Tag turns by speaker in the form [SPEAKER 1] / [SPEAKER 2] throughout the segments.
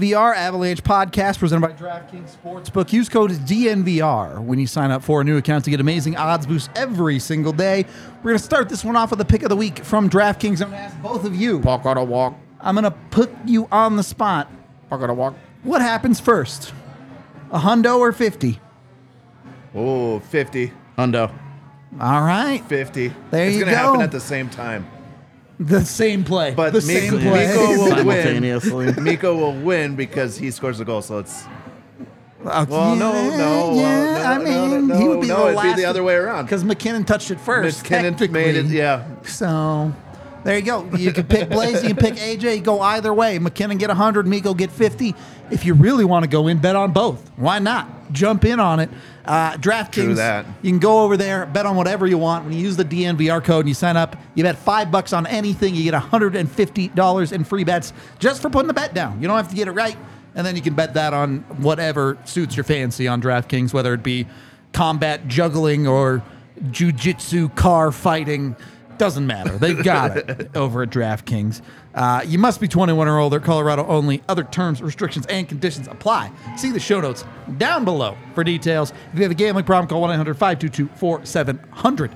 [SPEAKER 1] VR Avalanche podcast presented by DraftKings Sportsbook. Use code DNVR when you sign up for a new account to get amazing odds boosts every single day. We're going to start this one off with a pick of the week from DraftKings. I'm going to ask both of you. Walk on a walk. I'm going to put you on the spot. Walk on a walk. What happens first? A hundo or 50?
[SPEAKER 2] Oh, 50. Hundo.
[SPEAKER 1] All right.
[SPEAKER 2] 50.
[SPEAKER 1] There
[SPEAKER 2] it's
[SPEAKER 1] you
[SPEAKER 2] gonna happen
[SPEAKER 1] go.
[SPEAKER 2] at the same time.
[SPEAKER 1] The same play.
[SPEAKER 2] But
[SPEAKER 1] the
[SPEAKER 2] Mi-
[SPEAKER 1] same play.
[SPEAKER 2] Miko will win.
[SPEAKER 3] simultaneously.
[SPEAKER 2] Miko will win because he scores the goal, so it's
[SPEAKER 1] Uh,
[SPEAKER 2] well, no,
[SPEAKER 1] yeah,
[SPEAKER 2] no, well,
[SPEAKER 1] Yeah,
[SPEAKER 2] no,
[SPEAKER 1] I
[SPEAKER 2] no,
[SPEAKER 1] mean,
[SPEAKER 2] no,
[SPEAKER 1] he would be
[SPEAKER 2] no,
[SPEAKER 1] the
[SPEAKER 2] it'd be
[SPEAKER 1] last.
[SPEAKER 2] the other way around.
[SPEAKER 1] Because McKinnon touched it first.
[SPEAKER 2] McKinnon made it.
[SPEAKER 1] technically.
[SPEAKER 2] Yeah,
[SPEAKER 1] So there you go. You can pick Blaze, you can pick AJ, go either way. McKinnon get 100, Miko get 50. If you really want to go in, bet on both. Why not? Jump in on it. Uh, DraftKings,
[SPEAKER 2] that.
[SPEAKER 1] you can go over there, bet on whatever you want. When you use the DNVR code and you sign up, you bet five bucks on anything. You get $150 in free bets just for putting the bet down. You don't have to get it right. And then you can bet that on whatever suits your fancy on DraftKings, whether it be combat juggling or jujitsu car fighting. Doesn't matter. They've got it over at DraftKings. Uh, you must be 21 or older, Colorado only. Other terms, restrictions, and conditions apply. See the show notes down below for details. If you have a gambling problem, call 1 800 522 4700. Uh,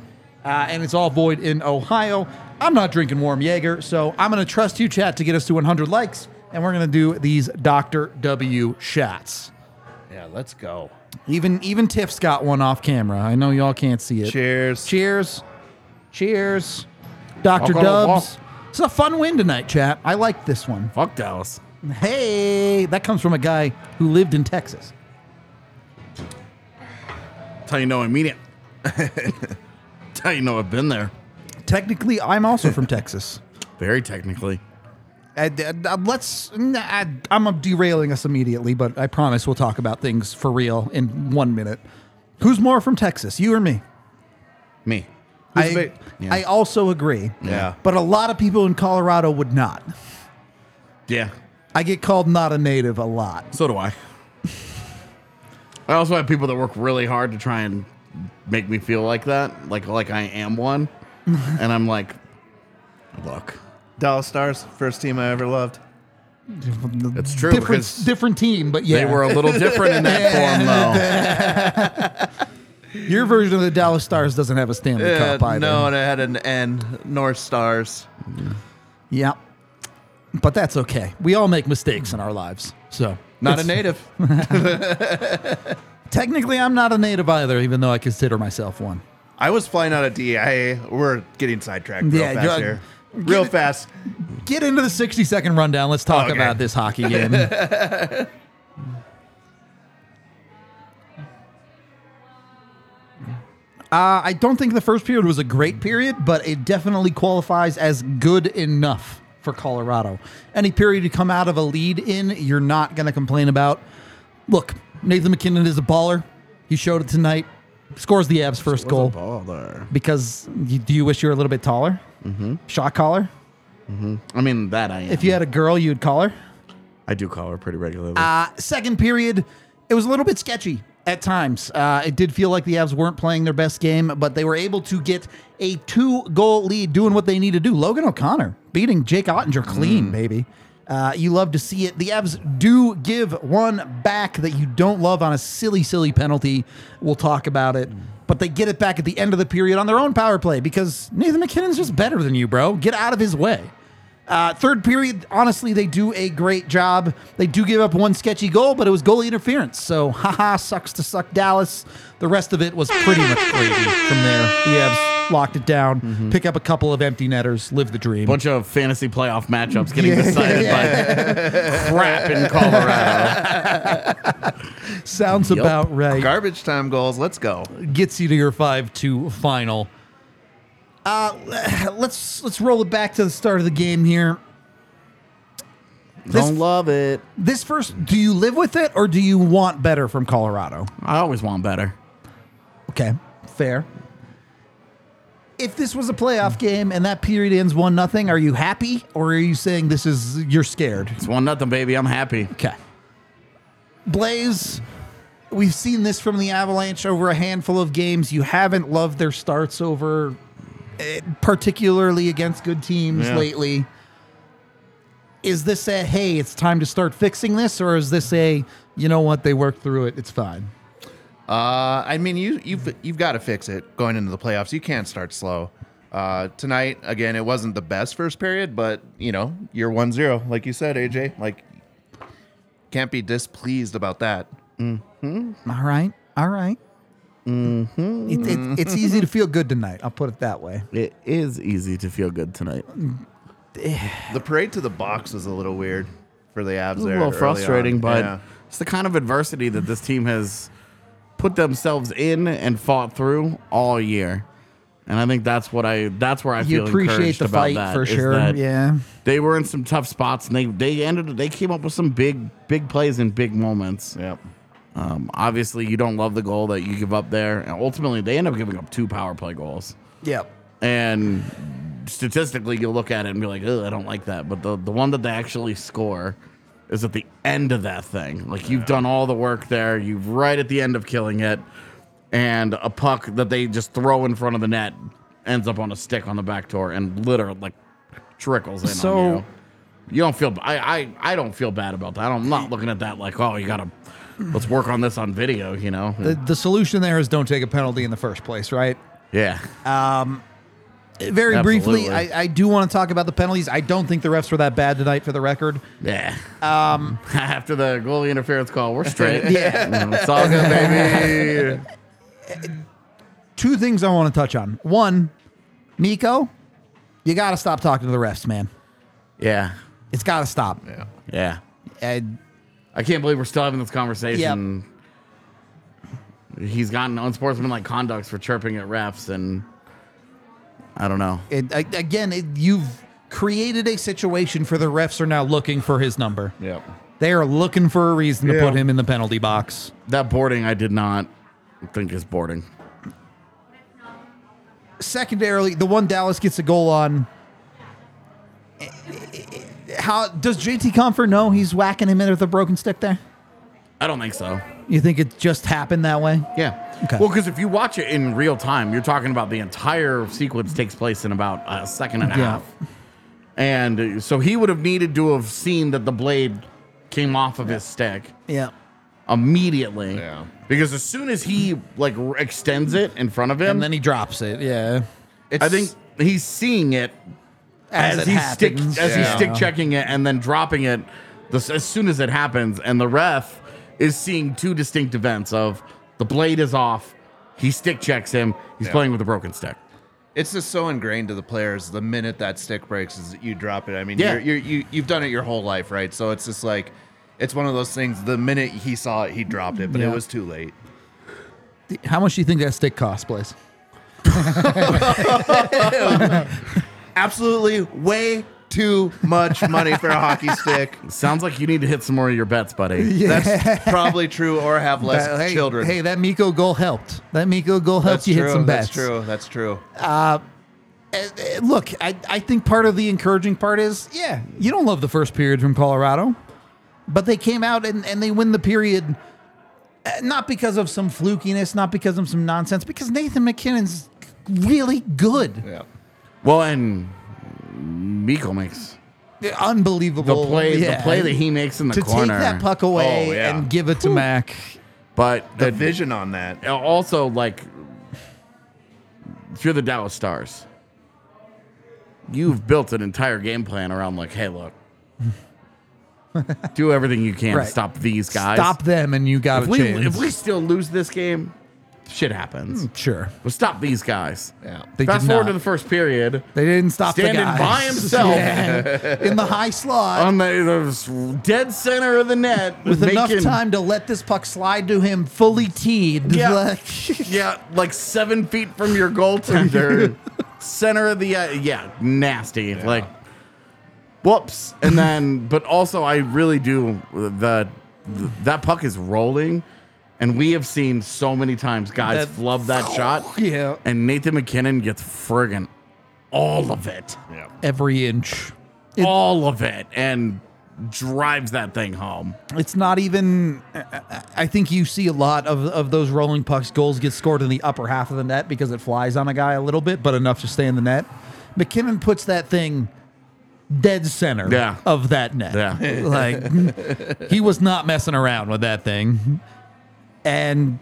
[SPEAKER 1] And it's all void in Ohio. I'm not drinking warm Jaeger, so I'm going to trust you, chat, to get us to 100 likes. And we're going to do these Dr. W shots.
[SPEAKER 2] yeah. Let's go.
[SPEAKER 1] Even even Tiff's got one off camera. I know y'all can't see it.
[SPEAKER 2] Cheers.
[SPEAKER 1] Cheers. Cheers. Dr.
[SPEAKER 2] Walk on a
[SPEAKER 1] Dubs. It's a fun win tonight, chat. I like this one.
[SPEAKER 3] Fuck Dallas.
[SPEAKER 1] Hey, that comes from a guy who lived in Texas.
[SPEAKER 3] That's how you know I mean it. That's how you know I've been there.
[SPEAKER 1] Technically, I'm also from Texas.
[SPEAKER 3] Very technically.
[SPEAKER 1] Uh, d- uh, let's. nah, I, I'm derailing us immediately, but I promise we'll talk about things for real in one minute. Who's more from Texas, you or me?
[SPEAKER 3] Me.
[SPEAKER 1] I,
[SPEAKER 2] big-
[SPEAKER 3] Yeah.
[SPEAKER 1] I also agree.
[SPEAKER 2] Yeah.
[SPEAKER 1] But a lot of people in Colorado would not.
[SPEAKER 3] Yeah.
[SPEAKER 1] I get called not a native a lot.
[SPEAKER 3] So do I. I also have people that work really hard to try and make me feel like that, like like I am one, and I'm like, look,
[SPEAKER 2] Dallas Stars, first team I ever loved.
[SPEAKER 3] it's true
[SPEAKER 1] different
[SPEAKER 3] because
[SPEAKER 1] different team, but yeah,
[SPEAKER 3] they were a little different in that form though.
[SPEAKER 1] your version of the Dallas Stars doesn't have a Stanley
[SPEAKER 2] Yeah,
[SPEAKER 1] Cup either.
[SPEAKER 2] no, and it had an N. North Stars.
[SPEAKER 1] Yeah, but that's okay. We all make mistakes in our lives, so
[SPEAKER 2] Not
[SPEAKER 1] it's-
[SPEAKER 2] a native.
[SPEAKER 1] Technically, I'm not a native either, even though I consider myself one.
[SPEAKER 2] I was flying out of DIA. We're getting sidetracked real
[SPEAKER 1] Yeah,
[SPEAKER 2] fast
[SPEAKER 1] you-
[SPEAKER 2] here. Real fast.
[SPEAKER 1] Get into the 60 second rundown. Let's talk
[SPEAKER 2] Okay.
[SPEAKER 1] about this hockey game. Uh, All Uh, I don't think the first period was a great period, but it definitely qualifies as good enough for Colorado. Any period you come out of a lead in, you're not going to complain about. Look, Nathan McKinnon is a baller. He showed it tonight. Scores the Avs' first goal because you, do you wish you were a little bit taller? Mm-hmm. Shot caller.
[SPEAKER 3] I mean that I am.
[SPEAKER 1] If you had a girl, you'd call her.
[SPEAKER 3] I do call her pretty regularly.
[SPEAKER 1] Uh, second period, it was a little bit sketchy at times. Uh, it did feel like the Avs weren't playing their best game, but they were able to get a two goal lead doing what they need to do. Logan O'Connor beating Jake Ottinger clean, baby. Uh, you love to see it. The Avs do give one back that you don't love on a silly, silly penalty. We'll talk about it. But they get it back at the end of the period on their own power play because Nathan McKinnon's just better than you, bro. Get out of his way. Uh, third period, honestly, they do a great job. They do give up one sketchy goal, but it was goalie interference. So, haha, sucks to suck Dallas. The rest of it was pretty much gravy from there. The Evs locked it down, pick up a couple of empty netters, live the dream.
[SPEAKER 3] Mm-hmm. Bunch of fantasy playoff matchups getting decided by crap in Colorado.
[SPEAKER 1] Sounds
[SPEAKER 3] Yup.
[SPEAKER 1] about right.
[SPEAKER 2] Garbage time goals. Let's go.
[SPEAKER 1] gets you to your five two final. Uh, let's let's roll it back to the start of the game here. This-
[SPEAKER 3] Don't love it.
[SPEAKER 1] This first, do you live with it or do you want better from Colorado?
[SPEAKER 3] I always want better.
[SPEAKER 1] Okay, fair. If this was a playoff game and that period ends one nothing, are you happy or are you saying this is you're scared?
[SPEAKER 3] It's one nothing, baby. I'm happy.
[SPEAKER 1] Okay. Blaze, we've seen this from the Avalanche over a handful of games. You haven't loved their starts over, eh, particularly against good teams
[SPEAKER 3] Yeah.
[SPEAKER 1] lately. Is this a, hey, it's time to start fixing this? Or is this a, you know what, they worked through it, it's fine?
[SPEAKER 2] Uh, I mean, you you've you've got to fix it going into the playoffs. You can't start slow. Uh, tonight again, it wasn't the best first period, but you know you're one zero, like you said, AJ. Like, can't be displeased about that.
[SPEAKER 1] All right. All right. It- it- it's easy to feel good tonight. I'll put it that way.
[SPEAKER 3] It is e-, easy to feel good tonight.
[SPEAKER 2] The parade to the box was a little weird for the abs.
[SPEAKER 3] It's a
[SPEAKER 2] there
[SPEAKER 3] little
[SPEAKER 2] early on.
[SPEAKER 3] frustrating, but
[SPEAKER 2] Yeah.
[SPEAKER 3] it's the kind of adversity that this team has put themselves in and fought through all year. And I think that's what I that's where I
[SPEAKER 1] You
[SPEAKER 3] feel
[SPEAKER 1] appreciate
[SPEAKER 3] encouraged
[SPEAKER 1] the
[SPEAKER 3] about
[SPEAKER 1] fight
[SPEAKER 3] that,
[SPEAKER 1] for
[SPEAKER 3] is
[SPEAKER 1] sure.
[SPEAKER 3] that
[SPEAKER 1] Yeah.
[SPEAKER 3] They were in some tough spots and they they ended they came up with some big big plays and big moments.
[SPEAKER 2] Yep.
[SPEAKER 3] Um, obviously you don't love the goal that you give up there and ultimately they end up giving up two power play goals.
[SPEAKER 1] Yep.
[SPEAKER 3] And statistically, you'll look at it and be like, "Oh, I don't like that." But the the one that they actually score is at the end of that thing. Like you've done all the work there. You've right at the end of killing it, and a puck that they just throw in front of the net ends up on a stick on the back door and literally like trickles in. on
[SPEAKER 1] So-
[SPEAKER 3] you. you don't feel. I, I I don't feel bad about that. I'm not looking at that like, "Oh, you gotta." Let's work on this on video, you know?
[SPEAKER 1] The, the solution there is don't take a penalty in the first place, right?
[SPEAKER 3] yeah.
[SPEAKER 1] Very briefly,
[SPEAKER 3] Absolutely.
[SPEAKER 1] I, I do want to talk about the penalties. I don't think the refs were that bad tonight for the record.
[SPEAKER 3] Yeah. Um. After the goalie interference call, we're straight.
[SPEAKER 1] Yeah.
[SPEAKER 3] Mm, it's all good, baby.
[SPEAKER 1] Two things I want to touch on. One, Nico, you got to stop talking to the refs, man.
[SPEAKER 3] Yeah.
[SPEAKER 1] It's got to stop.
[SPEAKER 2] Yeah.
[SPEAKER 3] Yeah.
[SPEAKER 1] And
[SPEAKER 3] I can't believe we're still having this conversation. He's gotten unsportsmanlike conducts for chirping at refs, and I don't know.
[SPEAKER 1] it, a- again, it, you've created a situation for the refs are now looking for his number.
[SPEAKER 3] Yep.
[SPEAKER 1] They are looking for a reason to
[SPEAKER 2] Yeah.
[SPEAKER 1] put him in the penalty box.
[SPEAKER 3] That boarding, I did not think is boarding.
[SPEAKER 1] Secondarily, the one Dallas gets a goal on. How does JT Comfort know he's whacking him in with a broken stick there?
[SPEAKER 3] I don't think so.
[SPEAKER 1] You think it just happened that way?
[SPEAKER 3] Yeah.
[SPEAKER 1] Okay.
[SPEAKER 3] Well, because if you watch it in real time, you're talking about the entire sequence takes place in about a second and a
[SPEAKER 1] Yeah.
[SPEAKER 3] half. And uh, so he would have needed to have seen that the blade came off of his stick
[SPEAKER 1] Yeah.
[SPEAKER 3] immediately.
[SPEAKER 2] Yeah.
[SPEAKER 3] Because as soon as he like r- extends it in front of him,
[SPEAKER 1] And then he drops it. Yeah.
[SPEAKER 2] It's,
[SPEAKER 3] I think he's seeing it as,
[SPEAKER 1] it
[SPEAKER 3] he's stick
[SPEAKER 1] happens.
[SPEAKER 3] as he's
[SPEAKER 2] Yeah.
[SPEAKER 3] stick checking it and then dropping it this, as soon as it happens, and the ref is seeing two distinct events of the blade is off, he stick checks him, he's playing with a broken stick.
[SPEAKER 2] it's just so ingrained to the players. The minute that stick breaks, is that you drop it. I mean,
[SPEAKER 3] Yeah.
[SPEAKER 2] you're, you're, you you've done it your whole life, right? So it's just like, it's one of those things. The minute he saw it, he dropped it, but
[SPEAKER 1] Yeah.
[SPEAKER 2] it was too late.
[SPEAKER 1] How much do you think that stick cost, Blaze?
[SPEAKER 2] Absolutely, way too much money for a hockey stick.
[SPEAKER 3] Sounds like you need to hit some more of your bets, buddy.
[SPEAKER 2] That's probably true, or have less
[SPEAKER 1] That- hey,
[SPEAKER 2] children.
[SPEAKER 1] Hey, that Miko goal helped. That Miko goal helped
[SPEAKER 2] that's
[SPEAKER 1] you
[SPEAKER 2] true.
[SPEAKER 1] hit some bets.
[SPEAKER 2] That's true. That's true.
[SPEAKER 1] Uh, Look, I, I think part of the encouraging part is, yeah, you don't love the first period from Colorado, but they came out and, and they win the period uh, not because of some flukiness, not because of some nonsense, because Nathan McKinnon's really good.
[SPEAKER 2] yeah.
[SPEAKER 3] Well, and Miko makes the
[SPEAKER 1] Unbelievable.
[SPEAKER 3] play
[SPEAKER 1] Oh, Yeah.
[SPEAKER 3] the play that he makes in the
[SPEAKER 1] to
[SPEAKER 3] corner.
[SPEAKER 1] take that puck away
[SPEAKER 2] Oh, yeah.
[SPEAKER 1] and give it to Mac.
[SPEAKER 3] but
[SPEAKER 2] The
[SPEAKER 3] that-
[SPEAKER 2] vision on that.
[SPEAKER 3] also like if you're the Dallas Stars, you've built an entire game plan around like, hey, look, do everything you can
[SPEAKER 1] Right.
[SPEAKER 3] to stop these guys.
[SPEAKER 1] Stop them and you got
[SPEAKER 3] If
[SPEAKER 1] to
[SPEAKER 3] we
[SPEAKER 1] change.
[SPEAKER 3] if we still lose this game, shit happens.
[SPEAKER 1] sure.
[SPEAKER 3] But stop these guys.
[SPEAKER 2] Yeah.
[SPEAKER 1] Hmm. They
[SPEAKER 3] Fast
[SPEAKER 1] did
[SPEAKER 3] forward to
[SPEAKER 1] not.
[SPEAKER 3] the first period.
[SPEAKER 1] They didn't stop the
[SPEAKER 3] Standing
[SPEAKER 1] guy
[SPEAKER 3] by himself.
[SPEAKER 1] in the high slot
[SPEAKER 3] on the, the dead center of the net
[SPEAKER 1] with enough
[SPEAKER 3] making-
[SPEAKER 1] time to let this puck slide to him fully teed.
[SPEAKER 3] Yeah.
[SPEAKER 1] Like,
[SPEAKER 3] Yeah, like seven feet from your goaltender, center of the uh, yeah, nasty. Like, whoops. And then, but also, I really do the, the that puck is rolling, and we have seen so many times guys
[SPEAKER 1] That-
[SPEAKER 3] flub that shot.
[SPEAKER 1] Yeah.
[SPEAKER 3] and Nathan McKinnon gets friggin' all of it,
[SPEAKER 1] every inch.
[SPEAKER 3] all of it, and drives that thing home.
[SPEAKER 1] It's not even. I- I- I think you see a lot of, of those rolling pucks. Goals get scored in the upper half of the net because it flies on a guy a little bit, but enough to stay in the net. McKinnon puts that thing dead center
[SPEAKER 3] Yeah.
[SPEAKER 1] of that net.
[SPEAKER 3] Yeah.
[SPEAKER 1] like he was not messing around with that thing, and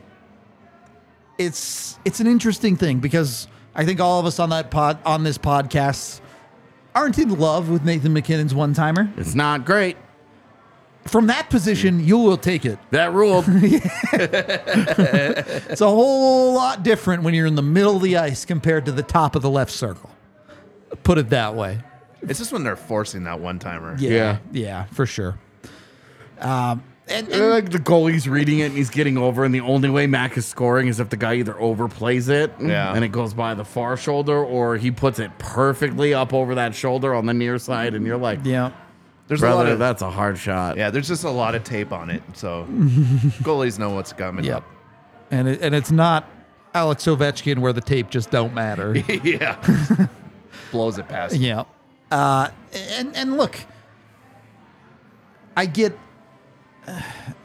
[SPEAKER 1] it's it's an interesting thing because I think all of us on that pod on this podcast aren't in love with Nathan McKinnon's one timer.
[SPEAKER 3] It's not great.
[SPEAKER 1] From that position, you will take it.
[SPEAKER 3] That ruled.
[SPEAKER 1] It's a whole lot different when you're in the middle of the ice compared to the top of the left circle. Put it that way.
[SPEAKER 2] It's just when they're forcing that one timer.
[SPEAKER 3] Yeah.
[SPEAKER 1] Yeah, for sure.
[SPEAKER 3] And, like the goalie's reading it and he's getting over, and the only way Mac is scoring is if the guy either overplays it
[SPEAKER 2] Yeah.
[SPEAKER 3] and it goes by the far shoulder, or he puts it perfectly up over that shoulder on the near side, and you're like,
[SPEAKER 1] Yeah.
[SPEAKER 2] There's a lot
[SPEAKER 3] brother,
[SPEAKER 2] of
[SPEAKER 3] that's a hard shot.
[SPEAKER 2] Yeah, there's just a lot of tape on it. So goalies know what's coming.
[SPEAKER 1] Yep. And it, and it's not Alex Ovechkin where the tape just don't matter.
[SPEAKER 2] yeah. Blows it past.
[SPEAKER 1] yeah. Uh, and and look, I get.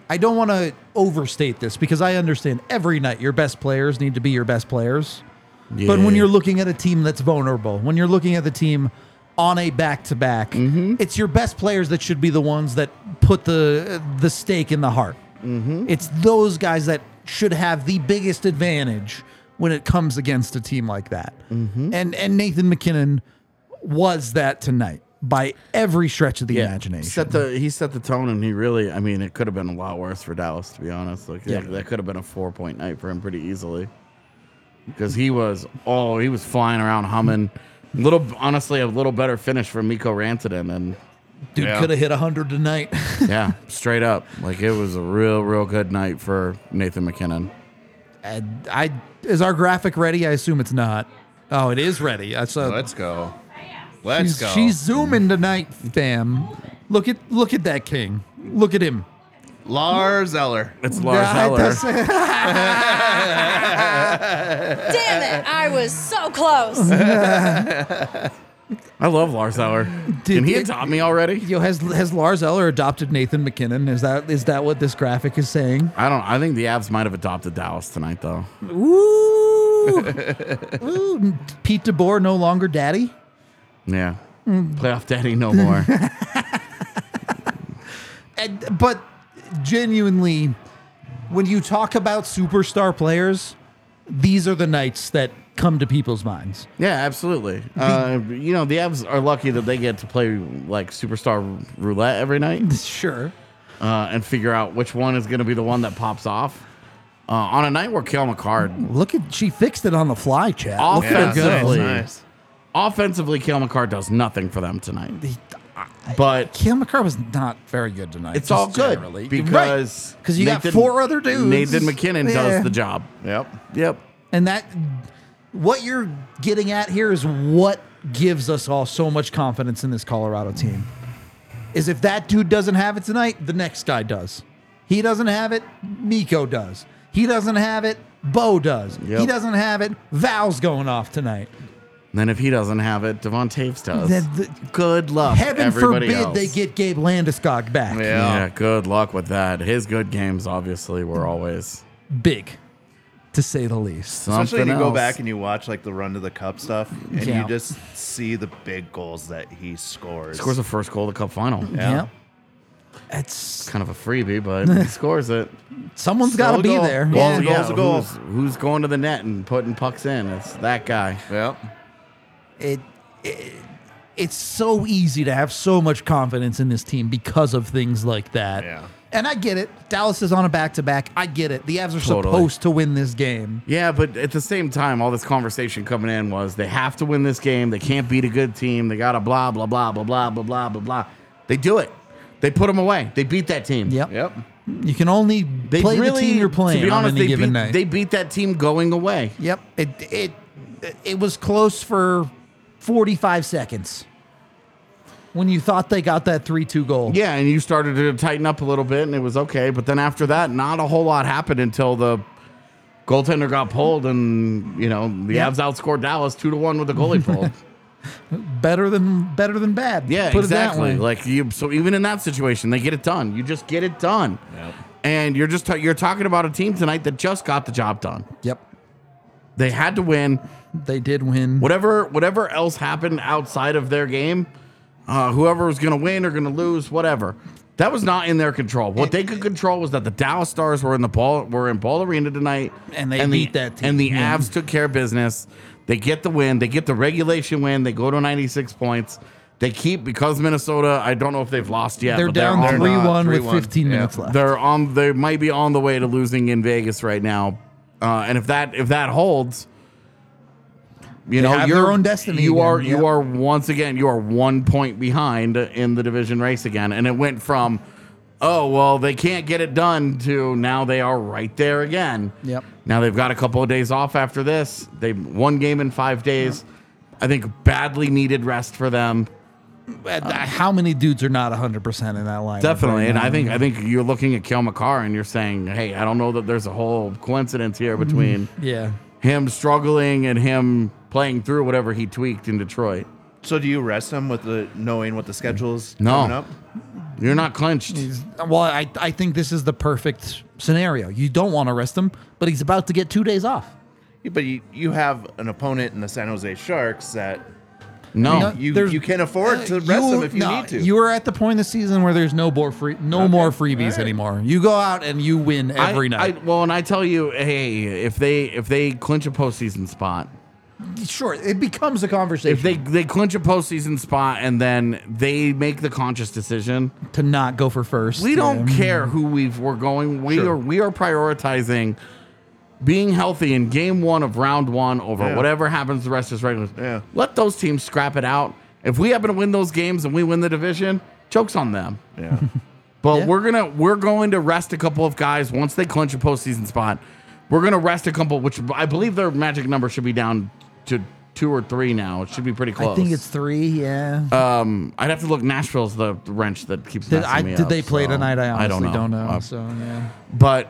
[SPEAKER 1] I don't want to overstate this because I understand every night your best players need to be your best players. But when you're looking at a team that's vulnerable, when you're looking at the team on a back to back, it's your best players that should be the ones that put the the stake in the heart. It's those guys that should have the biggest advantage when it comes against a team like that. And and Nathan McKinnon was that tonight by every stretch of the imagination.
[SPEAKER 3] Set the he set the tone, and he really, I mean, it could have been a lot worse for Dallas, to be honest. Like,
[SPEAKER 1] Yeah.
[SPEAKER 3] that, that could have been a four point night for him pretty easily, because he was, oh, he was flying around humming. Little, honestly, a little better finish from Miko Rantanen, and.
[SPEAKER 1] Dude
[SPEAKER 2] Yeah.
[SPEAKER 1] could have hit 100 tonight.
[SPEAKER 3] yeah, straight up. Like it was a real, real good night for Nathan McKinnon.
[SPEAKER 1] And Uh, I is our graphic ready? I assume it's not. Oh, it is ready. I saw
[SPEAKER 2] Let's go. Let's
[SPEAKER 1] She's,
[SPEAKER 2] go.
[SPEAKER 1] she's zooming tonight, fam. Look at look at that king. Look at him.
[SPEAKER 2] Lars Eller.
[SPEAKER 3] It's Lars Heller.
[SPEAKER 1] Heller.
[SPEAKER 4] Damn it! I was so close.
[SPEAKER 3] I love Lars Heller.
[SPEAKER 1] Did
[SPEAKER 3] Can he
[SPEAKER 1] it-
[SPEAKER 3] adopt me already?
[SPEAKER 1] Yo, has has Lars Eller adopted Nathan McKinnon? Is that is that what this graphic is saying?
[SPEAKER 3] I don't. I think the Avs might have adopted Dallas tonight, though.
[SPEAKER 1] Ooh, Ooh. Pete DeBoer no longer daddy.
[SPEAKER 3] Yeah,
[SPEAKER 1] Mm.
[SPEAKER 3] playoff daddy no more.
[SPEAKER 1] And, but genuinely, when you talk about superstar players, these are the nights that come to people's minds.
[SPEAKER 3] yeah, absolutely. Uh, you know, the Avs are lucky that they get to play like superstar roulette every night.
[SPEAKER 1] Sure.
[SPEAKER 3] uh, and figure out which one is going to be the one that pops off. Uh, on a night where Kale McCard,
[SPEAKER 1] Look at she fixed it on the fly chat. Look
[SPEAKER 3] Yeah,
[SPEAKER 1] at her go.
[SPEAKER 3] Offensively.
[SPEAKER 2] nice.
[SPEAKER 3] offensively, Kale McCard does nothing for them tonight. But
[SPEAKER 1] Cam McCarr was not very good tonight.
[SPEAKER 3] it's all
[SPEAKER 1] just
[SPEAKER 3] good
[SPEAKER 1] generally.
[SPEAKER 3] because
[SPEAKER 1] Right. 'Cause you got four other dudes.
[SPEAKER 3] Nathan McKinnon
[SPEAKER 1] Yeah.
[SPEAKER 3] does the job.
[SPEAKER 2] Yep.
[SPEAKER 3] Yep.
[SPEAKER 1] and that what you're getting at here is what gives us all so much confidence in this Colorado team. Is if that dude doesn't have it tonight, the next guy does. He doesn't have it, Miko does. He doesn't have it, Bo does.
[SPEAKER 3] Yep.
[SPEAKER 1] He doesn't have it, Val's going off tonight.
[SPEAKER 3] And then if he doesn't have it, Devon Taves does.
[SPEAKER 1] Then the-
[SPEAKER 3] good luck.
[SPEAKER 1] Heaven
[SPEAKER 3] everybody
[SPEAKER 1] forbid
[SPEAKER 3] else.
[SPEAKER 1] they get Gabe Landeskog back.
[SPEAKER 2] Yeah.
[SPEAKER 3] Yeah, good luck with that. His good games, obviously, were always
[SPEAKER 1] Big, to say the least.
[SPEAKER 3] something
[SPEAKER 2] Especially when you
[SPEAKER 3] else.
[SPEAKER 2] go back and you watch like the run to the cup stuff, and
[SPEAKER 1] Yeah.
[SPEAKER 2] you just see the big goals that he scores.
[SPEAKER 3] scores the first goal of the Cup final.
[SPEAKER 2] Yeah.
[SPEAKER 1] Yeah. It's
[SPEAKER 3] Kind of a freebie, but he scores it.
[SPEAKER 1] someone's
[SPEAKER 2] Still
[SPEAKER 1] got to
[SPEAKER 2] a
[SPEAKER 1] be
[SPEAKER 2] goal.
[SPEAKER 1] there.
[SPEAKER 2] Goal.
[SPEAKER 1] Yeah.
[SPEAKER 2] Goal's a goal.
[SPEAKER 3] Who's, who's going to the net and putting pucks in? It's that guy.
[SPEAKER 2] Yep.
[SPEAKER 1] it, it- it's so easy to have so much confidence in this team because of things like that.
[SPEAKER 2] Yeah.
[SPEAKER 1] And I get it. Dallas is on a back to back. I get it. The Avs are
[SPEAKER 3] Totally.
[SPEAKER 1] supposed to win this game.
[SPEAKER 3] Yeah, but at the same time, all this conversation coming in was they have to win this game. They can't beat a good team. They got to blah, blah, blah, blah, blah, blah, blah, blah, blah. They do it. They put them away. They beat that team.
[SPEAKER 1] Yep.
[SPEAKER 2] Yep.
[SPEAKER 1] You can only
[SPEAKER 3] They
[SPEAKER 1] play
[SPEAKER 3] really,
[SPEAKER 1] the team you're playing
[SPEAKER 3] to be honest,
[SPEAKER 1] on
[SPEAKER 3] they
[SPEAKER 1] any given
[SPEAKER 3] beat,
[SPEAKER 1] night.
[SPEAKER 3] They beat that team going away.
[SPEAKER 1] Yep. It it it was close for 45 seconds when you thought they got that 3-2 goal.
[SPEAKER 3] Yeah, and you started to tighten up a little bit, and it was okay. But then after that, not a whole lot happened until the goaltender got pulled, and you know the
[SPEAKER 1] Yeah.
[SPEAKER 3] Avs outscored Dallas two to one with the goalie pulled.
[SPEAKER 1] Better than better than bad.
[SPEAKER 3] yeah,
[SPEAKER 1] Put
[SPEAKER 3] exactly.
[SPEAKER 1] It that way.
[SPEAKER 3] Like you, so even in that situation, they get it done. You just get it done, and you're just ta- you're talking about a team tonight that just got the job done.
[SPEAKER 1] Yep.
[SPEAKER 3] They had to win.
[SPEAKER 1] They did win.
[SPEAKER 3] Whatever whatever else happened outside of their game, uh, whoever was going to win or going to lose, whatever. That was not in their control. What they could control was that the Dallas Stars were in the ball were in Ball Arena tonight,
[SPEAKER 1] And they
[SPEAKER 3] the-
[SPEAKER 1] beat that team.
[SPEAKER 3] And the
[SPEAKER 1] Yeah.
[SPEAKER 3] Avs took care of business. They get the win. They get the regulation win. They go to ninety six points. They keep because Minnesota. I don't know if they've lost yet.
[SPEAKER 1] they're
[SPEAKER 3] but
[SPEAKER 1] down
[SPEAKER 3] on-
[SPEAKER 2] they're not
[SPEAKER 1] 3-1 with
[SPEAKER 2] 3-1.
[SPEAKER 1] 15
[SPEAKER 2] Yeah.
[SPEAKER 1] minutes left.
[SPEAKER 3] they're on they might be on the way to losing in Vegas right now. Uh, and if that if that holds,
[SPEAKER 1] They
[SPEAKER 3] you know,
[SPEAKER 1] have
[SPEAKER 3] you're-
[SPEAKER 1] their own destiny
[SPEAKER 3] You
[SPEAKER 1] again,
[SPEAKER 3] are
[SPEAKER 1] yeah.
[SPEAKER 3] you are once again you are one point behind in the division race again, and it went from oh well they can't get it done to now they are right there again.
[SPEAKER 1] Yep.
[SPEAKER 3] Now they've got a couple of days off after this. They one game in five days. I think badly needed rest for them.
[SPEAKER 1] Uh, How many dudes are not 100% in that line?
[SPEAKER 3] Definitely, and I think I think you're looking at Kel McCarr and you're saying, "Hey, I don't know that there's a whole coincidence here between
[SPEAKER 1] Yeah.
[SPEAKER 3] him struggling and him playing through whatever he tweaked in Detroit."
[SPEAKER 2] So do you rest them with the knowing what the schedule's
[SPEAKER 3] No.
[SPEAKER 2] coming up?
[SPEAKER 3] You're not clenched.
[SPEAKER 1] Well, I, I think this is the perfect scenario. You don't want to rest him, but he's about to get 2 days off.
[SPEAKER 2] But you, you have an opponent in the San Jose Sharks that
[SPEAKER 3] No,
[SPEAKER 2] you
[SPEAKER 1] There's-
[SPEAKER 2] you can afford to rest them if you
[SPEAKER 1] no,
[SPEAKER 2] need to.
[SPEAKER 1] You are at the point in the season where there's no more free, no more freebies anymore. You go out and you win
[SPEAKER 3] I-
[SPEAKER 1] every
[SPEAKER 3] I-
[SPEAKER 1] night.
[SPEAKER 3] well, and I tell you, hey, if they if they clinch a postseason spot,
[SPEAKER 1] sure, it becomes a conversation
[SPEAKER 3] if they they clinch a postseason spot and then they make the conscious decision,
[SPEAKER 1] to not go for first.
[SPEAKER 3] We don't
[SPEAKER 1] Yeah.
[SPEAKER 3] care who we've we're going. We are we are prioritizing being healthy in game one of round one over
[SPEAKER 2] Yeah.
[SPEAKER 3] whatever happens the rest is regular.
[SPEAKER 2] Yeah.
[SPEAKER 3] Let those teams scrap it out. If we happen to win those games and we win the division, jokes on them.
[SPEAKER 2] yeah.
[SPEAKER 3] But
[SPEAKER 1] Yeah.
[SPEAKER 3] we're gonna we're going to rest a couple of guys once they clinch a postseason spot. We're gonna rest a couple, which I believe their magic number should be down to two or three now. It should be pretty close.
[SPEAKER 1] I think it's three. Yeah,
[SPEAKER 3] Um, I'd have to look. Nashville's the the wrench that keeps.
[SPEAKER 1] did,
[SPEAKER 3] messing
[SPEAKER 1] I,
[SPEAKER 3] me
[SPEAKER 1] did
[SPEAKER 3] up,
[SPEAKER 1] they play
[SPEAKER 3] so
[SPEAKER 1] tonight? I honestly
[SPEAKER 3] don't know. Uh,
[SPEAKER 1] so yeah,
[SPEAKER 3] but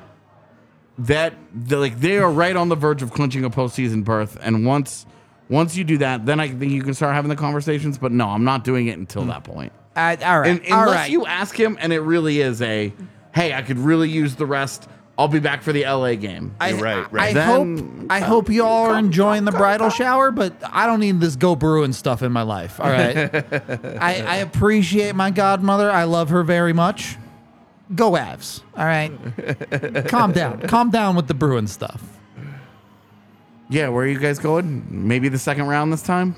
[SPEAKER 3] that the- like they are right on the verge of clinching a postseason berth, and once once you do that, then I think you can start having the conversations. But no, I'm not doing it
[SPEAKER 1] Hmm.
[SPEAKER 3] until that point.
[SPEAKER 1] I, all right,
[SPEAKER 3] And
[SPEAKER 1] all
[SPEAKER 3] unless
[SPEAKER 1] right.
[SPEAKER 3] you ask him, and it really is a, hey, I could really use the rest. I'll be back for the LA game.
[SPEAKER 1] I,
[SPEAKER 2] You're right,
[SPEAKER 1] I,
[SPEAKER 2] right.
[SPEAKER 3] Then-
[SPEAKER 1] hope
[SPEAKER 3] uh,
[SPEAKER 1] I hope you all are enjoying the bridal shower, but I don't need this go brewing stuff in my life. All right, I, I appreciate my godmother. I love her very much. Go Avs. All right, calm down. Calm down with the brewing stuff.
[SPEAKER 3] yeah, where are you guys going? Maybe the second round this time.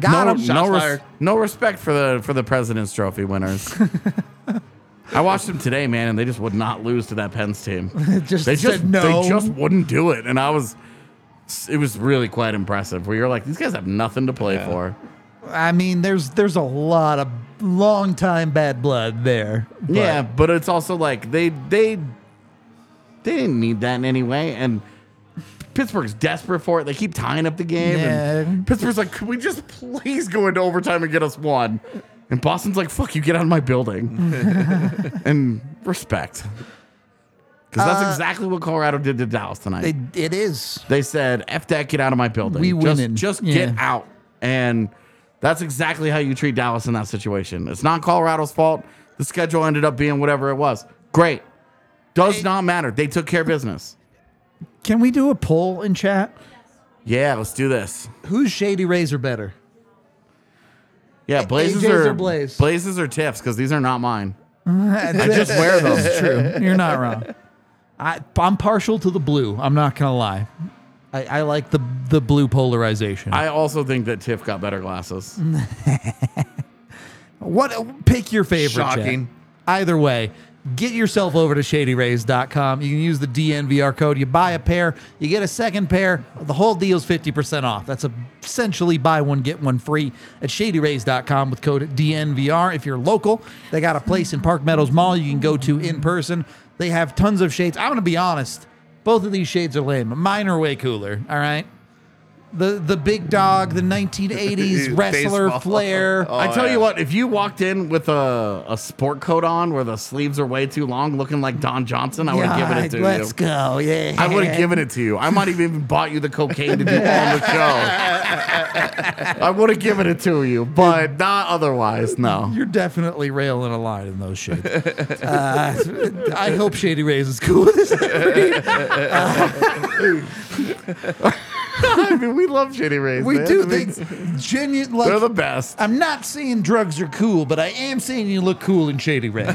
[SPEAKER 1] Got him.
[SPEAKER 3] no,
[SPEAKER 2] Shots
[SPEAKER 3] res-
[SPEAKER 2] fired.
[SPEAKER 3] no respect for the for the President's Trophy winners. I watched them today, man, and they just would not lose to that Pens team.
[SPEAKER 1] Just
[SPEAKER 3] they just
[SPEAKER 1] said no.
[SPEAKER 3] they just wouldn't do it, and I was it was really quite impressive. Where you're like, these guys have nothing to play for.
[SPEAKER 1] I mean, there's there's a lot of long time bad blood there. but-
[SPEAKER 3] Yeah, but it's also like they they they didn't need that in any way, and Pittsburgh's desperate for it. They keep tying up the game,
[SPEAKER 1] Yeah.
[SPEAKER 3] and Pittsburgh's like, "Can we just please go into overtime and get us one?" And Boston's like, "Fuck you, get out of my building," and respect, because that's
[SPEAKER 1] Uh,
[SPEAKER 3] exactly what Colorado did to Dallas tonight.
[SPEAKER 1] it, it is.
[SPEAKER 3] They said, "F that, get out of my building.
[SPEAKER 1] We
[SPEAKER 3] just,
[SPEAKER 1] winning."
[SPEAKER 3] Just
[SPEAKER 1] Yeah.
[SPEAKER 3] get out." And that's exactly how you treat Dallas in that situation. It's not Colorado's fault. The schedule ended up being whatever it was. Great. Does not matter. They took care of business.
[SPEAKER 1] Can we do a poll in chat?
[SPEAKER 3] Yeah, let's do this.
[SPEAKER 1] Who's Shady Razor better?
[SPEAKER 3] Yeah, blazes
[SPEAKER 1] AJ's
[SPEAKER 3] are
[SPEAKER 1] or Blaze?
[SPEAKER 3] blazes or tiffs because these are not mine. I just wear them.
[SPEAKER 1] That's true. You're not wrong. I, I'm partial to the blue. I'm not gonna lie. I, I like the the blue polarization.
[SPEAKER 3] I also think that Tiff got better glasses.
[SPEAKER 1] Mm-hmm. What pick your favorite? Chad.
[SPEAKER 2] Shocking.
[SPEAKER 1] Either way, get yourself over to shadyrays.com. You can use the DNVR code. You buy a pair, you get a second pair. The whole deal's 50% off. That's essentially buy one get one free at shadyrays.com with code DNVR. If you're local, they got a place in Park Meadows Mall you can go to in person. They have tons of shades. I'm going to be honest. Both of these shades are lame. Mine are way cooler, all right? The the big dog, the 1980s wrestler
[SPEAKER 2] Baseball.
[SPEAKER 1] flair.
[SPEAKER 2] Oh,
[SPEAKER 3] I tell
[SPEAKER 2] yeah.
[SPEAKER 3] you what, if you walked in with a, a sport coat on where the sleeves are way too long, looking like Don Johnson, I would have given it to
[SPEAKER 1] let's
[SPEAKER 3] you.
[SPEAKER 1] go. Yeah.
[SPEAKER 3] I would have given it to you. I might have even bought you the cocaine to do on the show. I would have given it to you, but not otherwise. No.
[SPEAKER 1] You're definitely railing a line in those shades. Uh, I hope Shady Rays is cool with this.
[SPEAKER 3] I mean, we love Shady Rays.
[SPEAKER 1] We
[SPEAKER 3] man. I
[SPEAKER 1] do
[SPEAKER 3] mean,
[SPEAKER 1] things genuine. Like,
[SPEAKER 3] They're the best.
[SPEAKER 1] I'm not saying drugs are cool, but I am saying you look cool in Shady Rays.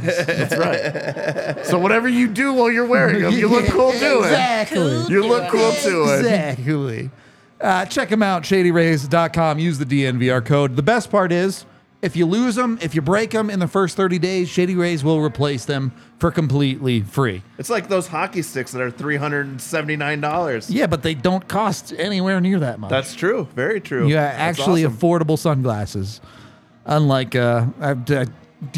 [SPEAKER 3] So whatever you do while you're wearing them, you look cool doing.
[SPEAKER 1] Exactly.
[SPEAKER 3] You look cool eh? doing.
[SPEAKER 1] Exactly. Uh, check them out, shadyrays.com. Use the DNVR code. The best part is if you lose them, if you break them in the first 30 days, Shady Rays will replace them for completely free.
[SPEAKER 2] It's like those hockey sticks that are three hundred and seventy nine dollars.
[SPEAKER 1] Yeah, but they don't cost anywhere near that much.
[SPEAKER 2] That's true. Very true.
[SPEAKER 1] Yeah,
[SPEAKER 2] That's
[SPEAKER 1] actually
[SPEAKER 2] awesome.
[SPEAKER 1] affordable sunglasses. Unlike, uh, I, I- do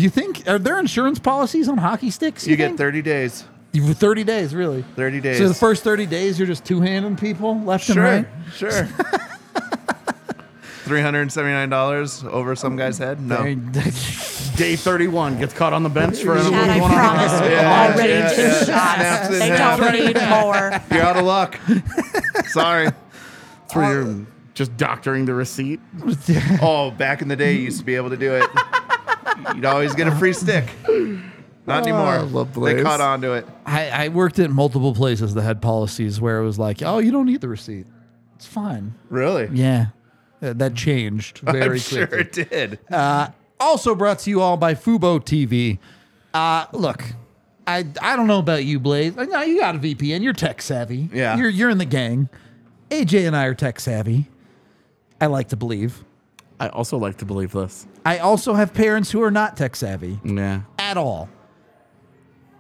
[SPEAKER 1] you think are there insurance policies on hockey sticks?
[SPEAKER 2] you get
[SPEAKER 1] think?
[SPEAKER 2] thirty days.
[SPEAKER 1] You- thirty days, really.
[SPEAKER 2] 30 days.
[SPEAKER 1] So the first thirty days, you're just two handing people left
[SPEAKER 2] Sure,
[SPEAKER 1] and right.
[SPEAKER 2] sure. Three hundred and seventy nine dollars over some guy's head. No,
[SPEAKER 3] Day 31 gets caught on the bench for another
[SPEAKER 4] Chad, I
[SPEAKER 3] one on-
[SPEAKER 4] promise we're
[SPEAKER 2] Yeah,
[SPEAKER 4] already
[SPEAKER 2] yeah,
[SPEAKER 4] two
[SPEAKER 2] yeah. Snaps
[SPEAKER 4] shots.
[SPEAKER 2] in
[SPEAKER 4] They
[SPEAKER 2] half.
[SPEAKER 4] don't need more.
[SPEAKER 2] you're out of luck. Sorry.
[SPEAKER 3] for your just doctoring the receipt.
[SPEAKER 2] Oh, back in the day, you used to be able to do it. You'd always get a free stick.
[SPEAKER 1] Oh,
[SPEAKER 2] Not anymore.
[SPEAKER 3] love
[SPEAKER 2] they
[SPEAKER 3] Blaze.
[SPEAKER 2] caught on to it.
[SPEAKER 1] I, I worked at multiple places that had policies where it was like, oh, you don't need the receipt. It's fine.
[SPEAKER 2] Really?
[SPEAKER 1] Yeah, Uh, that changed very
[SPEAKER 2] I'm
[SPEAKER 1] quickly.
[SPEAKER 2] sure it did.
[SPEAKER 1] also brought to you all by Fubo TV. Uh, look, I I don't know about you, Blaze. No, you got a VPN. You're tech savvy.
[SPEAKER 2] Yeah.
[SPEAKER 1] you're you're in the gang. AJ and I are tech savvy. I like to believe.
[SPEAKER 3] I also like to believe this.
[SPEAKER 1] I also have parents who are not tech savvy
[SPEAKER 3] Yeah.
[SPEAKER 1] at all.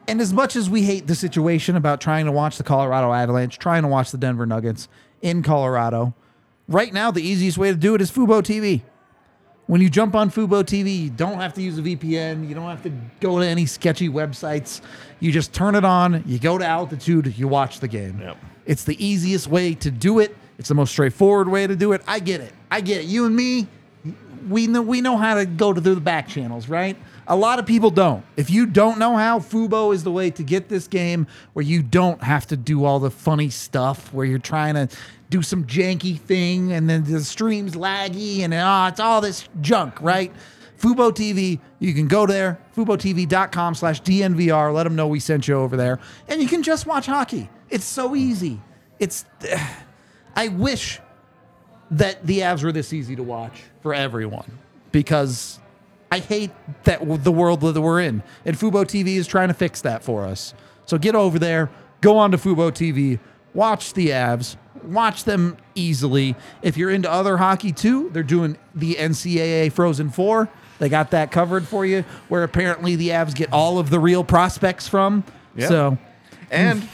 [SPEAKER 1] And as much as we hate the situation about trying to watch the Colorado Avalanche, trying to watch the Denver Nuggets in Colorado, right now the easiest way to do it is Fubo TV. When you jump on Fubo TV, you don't have to use a VPN. You don't have to go to any sketchy websites. You just turn it on, you go to altitude, you watch the game. It's the easiest way to do it. It's the most straightforward way to do it. I get it. I get it. You and me, we know we know how to go to the back channels, right? A lot of people don't. If you don't know how, Fubo is the way to get this game where you don't have to do all the funny stuff where you're trying to do some janky thing and then the stream's laggy and ah, it's all this junk, right? Fubo TV, you can go there, FuboTV.com slash DNVR. Let them know we sent you over there. And you can just watch hockey. It's so easy. It's I wish that the Avs were this easy to watch for everyone because I hate that w- the world that we're in, and Fubo TV is trying to fix that for us. So get over there, go on to Fubo TV, watch the Avs, watch them easily. If you're into other hockey too, they're doing the NCAA Frozen Four. They got that covered for you, where apparently the Avs get all of the real prospects from.
[SPEAKER 2] Yeah.
[SPEAKER 1] So
[SPEAKER 2] and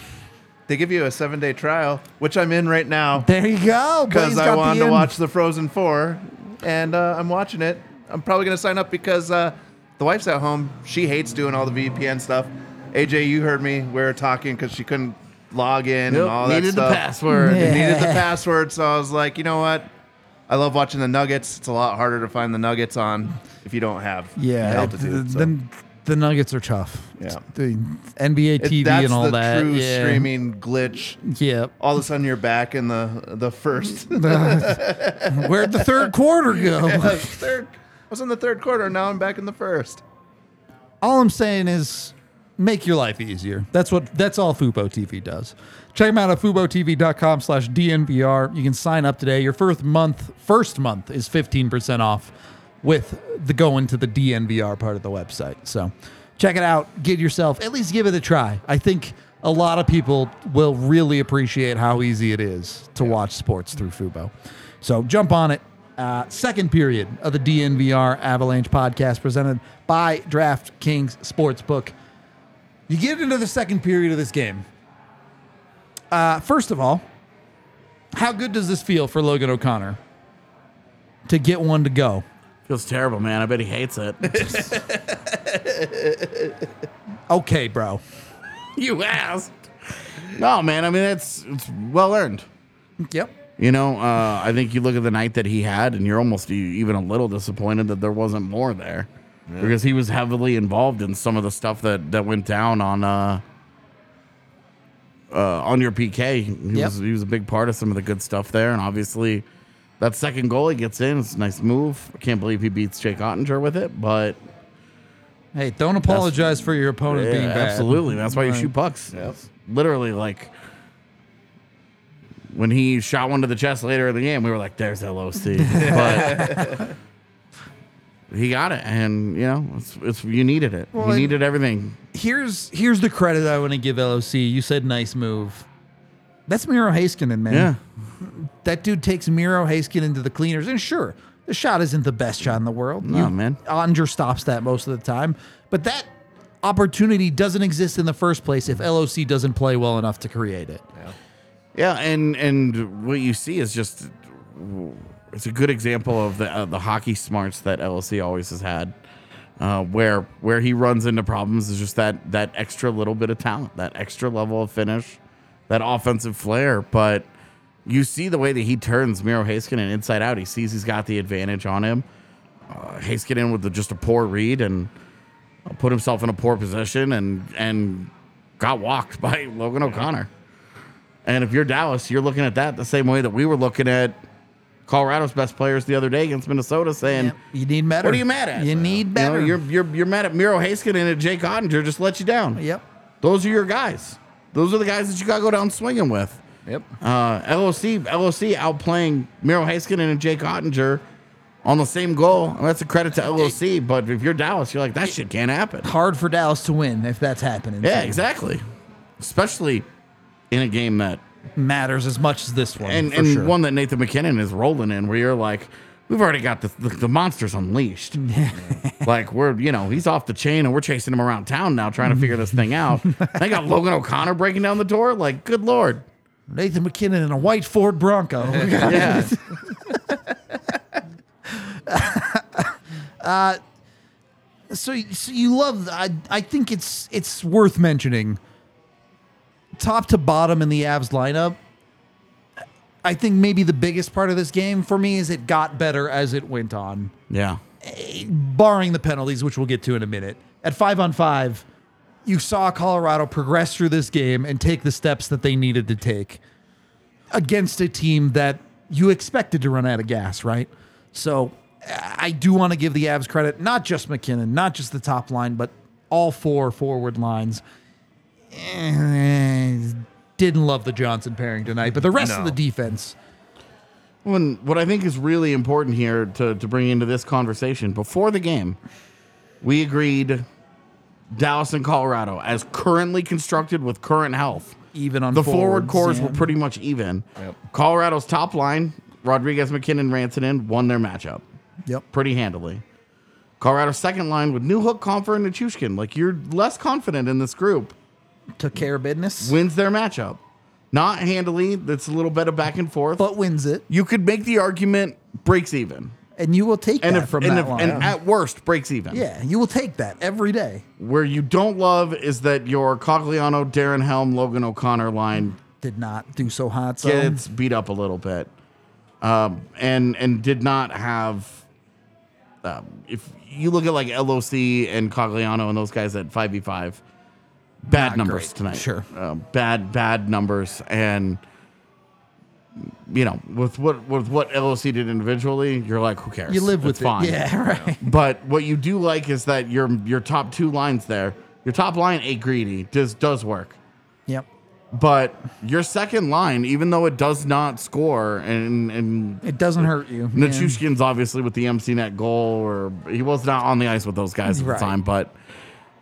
[SPEAKER 2] they give you a seven day trial, which I'm in right now
[SPEAKER 1] there you go. Blaze
[SPEAKER 2] because I
[SPEAKER 1] got the
[SPEAKER 2] wanted to
[SPEAKER 1] end.
[SPEAKER 2] watch the Frozen Four, and uh, I'm watching it. I'm probably gonna sign up because uh, the wife's at home. She hates doing all the VPN stuff. AJ, you heard me. We were talking because she couldn't log in and all
[SPEAKER 3] Needed
[SPEAKER 2] that stuff.
[SPEAKER 3] the password.
[SPEAKER 1] Yeah.
[SPEAKER 2] needed the password, so I was like, you know what? I love watching the Nuggets. It's a lot harder to find the Nuggets on if you don't have
[SPEAKER 1] Yeah,
[SPEAKER 2] altitude.
[SPEAKER 1] the,
[SPEAKER 2] so.
[SPEAKER 1] the, the Nuggets are tough.
[SPEAKER 2] Yeah.
[SPEAKER 1] the NBA
[SPEAKER 2] It-
[SPEAKER 1] TV
[SPEAKER 2] that's
[SPEAKER 1] and all
[SPEAKER 2] the
[SPEAKER 1] that.
[SPEAKER 2] true
[SPEAKER 1] yeah.
[SPEAKER 2] streaming glitch.
[SPEAKER 1] Yeah,
[SPEAKER 2] All of a sudden, you're back in the the first
[SPEAKER 1] where'd the third quarter
[SPEAKER 2] Oh
[SPEAKER 1] go?
[SPEAKER 2] third. I was in the third quarter. Now I'm back in the first.
[SPEAKER 1] all I'm saying is, make your life easier. That's what. That's all Fubo TV does. Check them out at fubotv.com/dnvr. You can sign up today. Your first month, first month is 15% off with the going to the DNVR part of the website. So check it out. Get yourself at least give it a try. I think a lot of people will really appreciate how easy it is to watch sports through Fubo. So jump on it. Uh, second period of the DNVR Avalanche podcast presented by DraftKings Sportsbook. You get into the second period of this game. Uh, first of all, how good does this feel for Logan O'Connor to get one to go?
[SPEAKER 3] Feels terrible, man. I bet he hates it.
[SPEAKER 1] Okay, bro.
[SPEAKER 3] you asked. No, man. I mean, it's it's well earned.
[SPEAKER 1] Yep.
[SPEAKER 3] You know, uh, I think you look at the night that he had, and you're almost e- even a little disappointed that there wasn't more there, because he was heavily involved in some of the stuff that that went down on uh, uh, on your PK. He
[SPEAKER 1] Yep.
[SPEAKER 3] was he was a big part of some of the good stuff there, and obviously that second goal he gets in, it's a nice move. I can't believe he beats Jake Ottinger with it, but
[SPEAKER 1] Hey, don't apologize for your opponent
[SPEAKER 3] yeah,
[SPEAKER 1] being bad.
[SPEAKER 3] Absolutely. That's why you shoot pucks. Literally, like when he shot one to the chest later in the game, we were like, there's LOC. but he got it. And, you know, it's, it's you needed it.
[SPEAKER 1] Well,
[SPEAKER 3] you
[SPEAKER 1] and-
[SPEAKER 3] needed everything.
[SPEAKER 1] Here's here's the credit I want to give LOC. You said nice move. That's Miro Haskinen, man.
[SPEAKER 3] Yeah.
[SPEAKER 1] That dude takes Miro Haskinen to the cleaners. And sure, the shot isn't the best shot in the world.
[SPEAKER 3] No, man.
[SPEAKER 1] Onger stops that most of the time. But that opportunity doesn't exist in the first place if LOC doesn't play well enough to create it.
[SPEAKER 3] Yeah, and and what you see is just it's a good example of the uh, the hockey smarts that LLC always has had, uh, where where he runs into problems is just that that extra little bit of talent, that extra level of finish, that offensive flair. But you see the way that he turns Miro Haskinen inside out. He sees he's got the advantage on him. Uh, Haskinen with the, just a poor read and uh, put himself in a poor position and and got walked by Logan O'Connor. And if you're Dallas, you're looking at that the same way that we were looking at Colorado's best players the other day against Minnesota, saying,
[SPEAKER 1] Yep. You need better.
[SPEAKER 3] "What are you mad at?
[SPEAKER 1] You need
[SPEAKER 3] know,
[SPEAKER 1] better.
[SPEAKER 3] you're, you're you're mad at Miro Haskinen and Jake Ottinger just let you down.
[SPEAKER 1] yep.
[SPEAKER 3] Those are your guys. Those are the guys that you got to go down swinging with.
[SPEAKER 2] Yep.
[SPEAKER 3] Uh, LOC LOC outplaying Miro Haskinen and Jake Ottinger on the same goal. And that's a credit to LOC. But if you're Dallas, you're like that shit can't happen.
[SPEAKER 1] Hard for Dallas to win if that's happening.
[SPEAKER 3] Yeah, exactly. Especially in a game that
[SPEAKER 1] Matters as much as this one.
[SPEAKER 3] and
[SPEAKER 1] for
[SPEAKER 3] and
[SPEAKER 1] sure.
[SPEAKER 3] one that Nathan McKinnon is rolling in, where you're like, we've already got the the, the monsters unleashed. like we're you know he's off the chain and we're chasing him around town now, trying to figure this thing out. they got Logan O'Connor breaking down the door. Like, good lord.
[SPEAKER 1] Nathan McKinnon in a white Ford Bronco.
[SPEAKER 3] Yeah.
[SPEAKER 1] so, so you love. I I think it's it's worth mentioning. Top to bottom in the Avs lineup. I think maybe the biggest part of this game for me is it got better as it went on,
[SPEAKER 3] yeah.
[SPEAKER 1] barring the penalties, which we'll get to in a minute. At five on five, you saw Colorado progress through this game and take the steps that they needed to take against a team that you expected to run out of gas, right? So I do want to give the Avs credit, not just McKinnon, not just the top line, but all four forward lines. Eh, Didn't love the Johnson pairing tonight, but the rest of
[SPEAKER 2] No.
[SPEAKER 1] the defense.
[SPEAKER 3] When, what I think is really important here to, to bring into this conversation before the game, we agreed Dallas and Colorado, as currently constructed with current health,
[SPEAKER 1] Even on
[SPEAKER 3] the
[SPEAKER 1] forwards,
[SPEAKER 3] forward cores
[SPEAKER 1] yeah.
[SPEAKER 3] were pretty much even. Colorado's top line, Rodriguez, McKinnon, Rantanen, won their matchup
[SPEAKER 1] Yep.
[SPEAKER 3] pretty handily. Colorado's second line with Newhook, Confer, and Nichushkin. Like you're less confident in this group
[SPEAKER 1] Took care of business,
[SPEAKER 3] wins their matchup, not handily. That's a little bit of back and forth.
[SPEAKER 1] but wins it,
[SPEAKER 3] you could make the argument breaks even,
[SPEAKER 1] and you will take
[SPEAKER 3] and
[SPEAKER 1] that
[SPEAKER 3] if,
[SPEAKER 1] from
[SPEAKER 3] and,
[SPEAKER 1] that
[SPEAKER 3] if-
[SPEAKER 1] line.
[SPEAKER 3] and at worst breaks even.
[SPEAKER 1] yeah, you will take that every day.
[SPEAKER 3] Where you don't love is that your Cogliano, Darren Helm, Logan O'Connor line
[SPEAKER 1] Did not do so hot. So
[SPEAKER 3] gets beat up a little bit, um, and and did not have. Um, if you look at like LOC and Cogliano and those guys at five v five, bad numbers
[SPEAKER 1] great,
[SPEAKER 3] tonight.
[SPEAKER 1] sure.
[SPEAKER 3] um, bad bad numbers, and you know with what with what LOC did individually, you're like, who cares?
[SPEAKER 1] you live with
[SPEAKER 3] It's
[SPEAKER 1] it.
[SPEAKER 3] fine.
[SPEAKER 1] Yeah, right.
[SPEAKER 3] But what you do like is that your your top two lines there, your top line eight greedy does does work.
[SPEAKER 1] Yep.
[SPEAKER 3] But your second line, even though it does not score, and and
[SPEAKER 1] It doesn't hurt you. man.
[SPEAKER 3] Nichushkin's obviously with the MC net goal, or he was not on the ice with those guys at
[SPEAKER 1] Right.
[SPEAKER 3] the time, but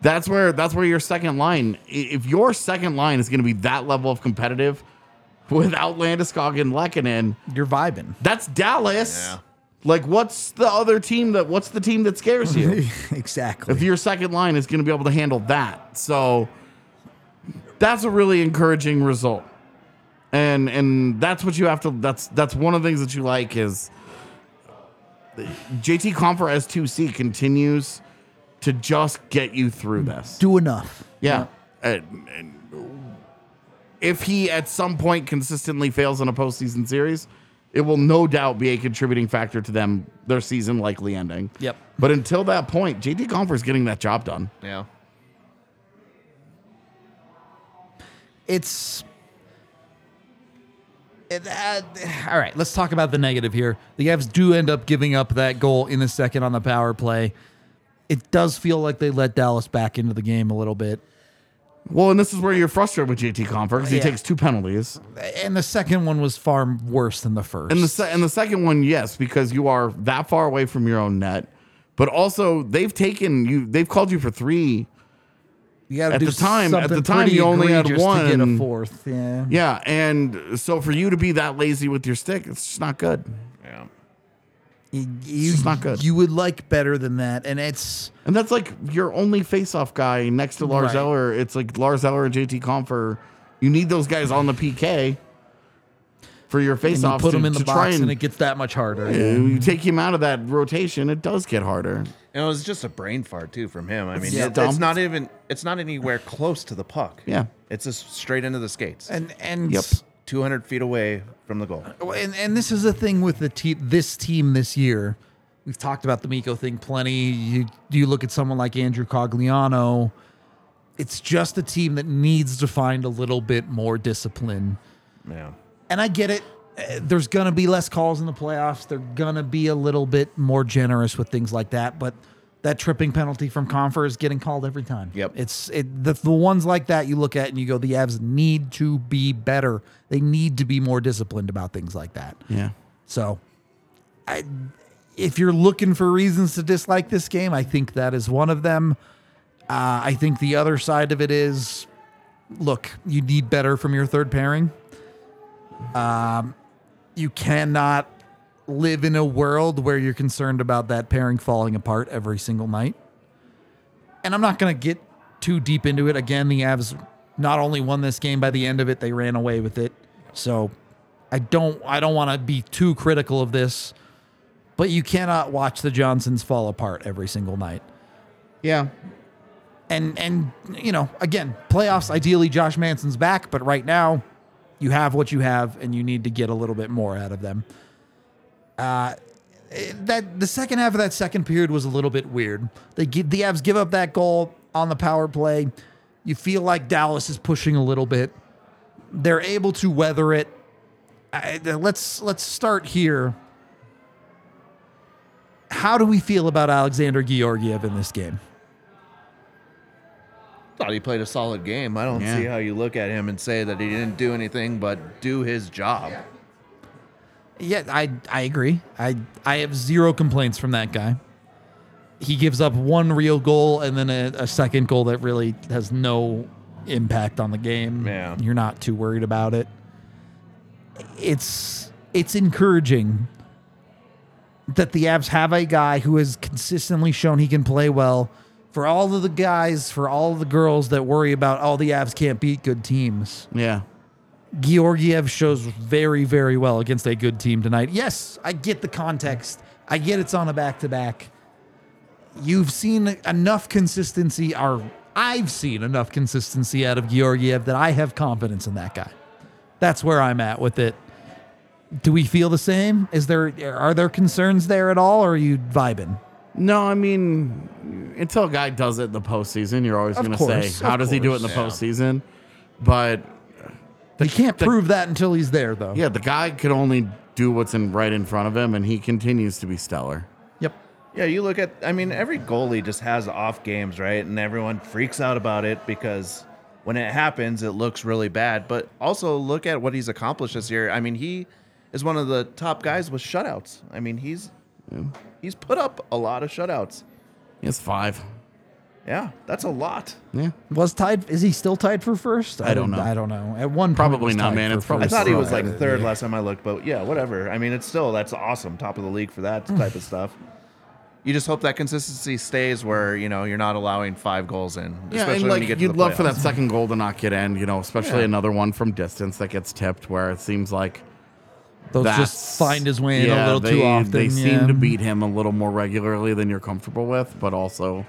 [SPEAKER 3] That's where that's where your second line. i- If your second line is going to be that level of competitive without Landeskog and Lekanen,
[SPEAKER 1] You're vibing.
[SPEAKER 3] that's Dallas.
[SPEAKER 2] Yeah.
[SPEAKER 3] Like, what's the other team that? What's the team that scares you?
[SPEAKER 5] exactly.
[SPEAKER 3] if your second line is going to be able to handle that. So that's a really encouraging result. And and that's what you have to that's that's one of the things that you like is JT Comfort as 2C continues to just get you through this.
[SPEAKER 1] Do enough.
[SPEAKER 3] Yeah. And, and if he at some point consistently fails in a postseason series, it will no doubt be a contributing factor to them their season likely ending.
[SPEAKER 1] Yep.
[SPEAKER 3] But until that point, JD Confer's getting that job done.
[SPEAKER 2] Yeah.
[SPEAKER 1] It's. it- uh, all right, let's talk about the negative here. The Avs do end up giving up that goal in the second on the power play. It does feel like they let Dallas back into the game a little bit.
[SPEAKER 3] Well, and this is where you're frustrated with JT Confer because he
[SPEAKER 1] Yeah.
[SPEAKER 3] takes two penalties.
[SPEAKER 1] And the second one was far worse than the first.
[SPEAKER 3] And the se- and the second one, yes, because you are that far away from your own net. But also, they've taken you. They've called you for three.
[SPEAKER 1] you gotta
[SPEAKER 3] at
[SPEAKER 1] do
[SPEAKER 3] the time- at the
[SPEAKER 1] something
[SPEAKER 3] time,
[SPEAKER 1] pretty
[SPEAKER 3] you only had
[SPEAKER 1] egregious to get a
[SPEAKER 3] one.
[SPEAKER 1] fourth. Yeah.
[SPEAKER 3] Yeah, and so for you to be that lazy with your stick, it's just not good.
[SPEAKER 2] Yeah.
[SPEAKER 1] You,
[SPEAKER 3] just not good.
[SPEAKER 1] You would like better than that, and it's
[SPEAKER 3] And that's like your only face-off guy next to Lars
[SPEAKER 1] Right.
[SPEAKER 3] Eller. It's like Lars Eller and JT Comfer. You need those guys on the PK for your
[SPEAKER 1] and you
[SPEAKER 3] face-off.
[SPEAKER 1] put
[SPEAKER 3] to-
[SPEAKER 1] them in the
[SPEAKER 3] to try
[SPEAKER 1] box, and,
[SPEAKER 3] and-
[SPEAKER 1] it gets that much harder.
[SPEAKER 3] you take him out of that rotation, it does get harder.
[SPEAKER 2] And it was just a brain fart too from him. I mean,
[SPEAKER 3] Yeah.
[SPEAKER 2] it- it's not even it's not anywhere close to the puck.
[SPEAKER 3] Yeah.
[SPEAKER 2] It's just straight into the skates.
[SPEAKER 1] And and
[SPEAKER 3] Yep.
[SPEAKER 2] 200 feet away from the goal.
[SPEAKER 1] and and this is the thing with the team this team this year. We've talked about the Miko thing plenty. You you look at someone like Andrew Cogliano. It's just a team that needs to find a little bit more discipline.
[SPEAKER 2] Yeah.
[SPEAKER 1] And I get it. Uh, There's going to be less calls in the playoffs. They're going to be a little bit more generous with things like that, but that tripping penalty from Confer is getting called every time.
[SPEAKER 2] Yep.
[SPEAKER 1] It's it, the, the ones like that you look at and you go, the Avs need to be better. They need to be more disciplined about things like that.
[SPEAKER 3] Yeah.
[SPEAKER 1] So, I, if you're looking for reasons to dislike this game, I think that is one of them. Uh, I think the other side of it is, look, you need better from your third pairing. Um, you cannot live in a world where you're concerned about that pairing falling apart every single night. And I'm not going to get too deep into it. Again, the Avs not only won this game by the end of it, they ran away with it. So I don't I don't want to be too critical of this, but you cannot watch the Johnsons fall apart every single night.
[SPEAKER 3] Yeah.
[SPEAKER 1] And and you know, again, playoffs ideally Josh Manson's back, but right now you have what you have and you need to get a little bit more out of them. Uh it- that the second half of that second period was a little bit weird. They give, the Avs give up that goal on the power play. You feel like Dallas is pushing a little bit. They're able to weather it. I, let's let's start here. How do we feel about Alexander Georgiev in this game?
[SPEAKER 2] Thought he played a solid game. I don't
[SPEAKER 3] Yeah.
[SPEAKER 2] see how you look at him and say that he didn't do anything but do his job.
[SPEAKER 1] Yeah, I I agree. I I have zero complaints from that guy. He gives up one real goal and then a, a second goal that really has no impact on the game.
[SPEAKER 2] Yeah.
[SPEAKER 1] You're not too worried about it. It's it's encouraging that the Avs have a guy who has consistently shown he can play well. For all of the guys, for all of the girls that worry about all the Avs can't beat good teams.
[SPEAKER 3] Yeah.
[SPEAKER 1] Georgiev shows very, very well against a good team tonight. Yes, I get the context. I get it's on a back to back. You've seen enough consistency, or I've seen enough consistency out of Georgiev that I have confidence in that guy. That's where I'm at with it. Do we feel the same? Is there are there concerns there at all, or are you vibing?
[SPEAKER 3] No, I mean, until a guy does it in the postseason, you're always
[SPEAKER 1] Of
[SPEAKER 3] going to
[SPEAKER 1] course,
[SPEAKER 3] say, how
[SPEAKER 1] of
[SPEAKER 3] does he do it in the
[SPEAKER 2] course.
[SPEAKER 3] postseason? But
[SPEAKER 1] you can't prove that until he's there, though.
[SPEAKER 3] yeah, the guy could only do what's in right in front of him, and he continues to be stellar.
[SPEAKER 1] Yep.
[SPEAKER 2] Yeah, you look at I mean every goalie just has off games, right? And everyone freaks out about it because when it happens it looks really bad, but also look at what he's accomplished this year. I mean, he is one of the top guys with shutouts. I mean, he's he's put up a lot of shutouts.
[SPEAKER 3] He has five.
[SPEAKER 2] Yeah, that's a lot.
[SPEAKER 3] Yeah.
[SPEAKER 1] Was tied? Is he still tied for first?
[SPEAKER 3] I don't know.
[SPEAKER 1] I don't know. At one point
[SPEAKER 3] Probably
[SPEAKER 1] was
[SPEAKER 3] not,
[SPEAKER 1] tied
[SPEAKER 3] man.
[SPEAKER 1] for
[SPEAKER 3] It's probably
[SPEAKER 2] I
[SPEAKER 1] first.
[SPEAKER 2] thought he
[SPEAKER 3] Right.
[SPEAKER 2] was like third last time I looked, but yeah, whatever. I mean, it's still that's awesome, top of the league for that type of stuff. You just hope that consistency stays where you know you're not allowing five goals in,
[SPEAKER 3] Yeah,
[SPEAKER 2] especially
[SPEAKER 3] and
[SPEAKER 2] when
[SPEAKER 3] like
[SPEAKER 2] you get to
[SPEAKER 3] you'd
[SPEAKER 2] the
[SPEAKER 3] love for
[SPEAKER 2] playoffs.
[SPEAKER 3] that second goal to not get in, you know, especially another one from distance that gets tipped where it seems like
[SPEAKER 1] They'll
[SPEAKER 3] that's-
[SPEAKER 1] just find his way in
[SPEAKER 3] yeah,
[SPEAKER 1] a little
[SPEAKER 3] they,
[SPEAKER 1] too often.
[SPEAKER 3] They
[SPEAKER 1] yeah.
[SPEAKER 3] seem to beat him a little more regularly than you're comfortable with, but also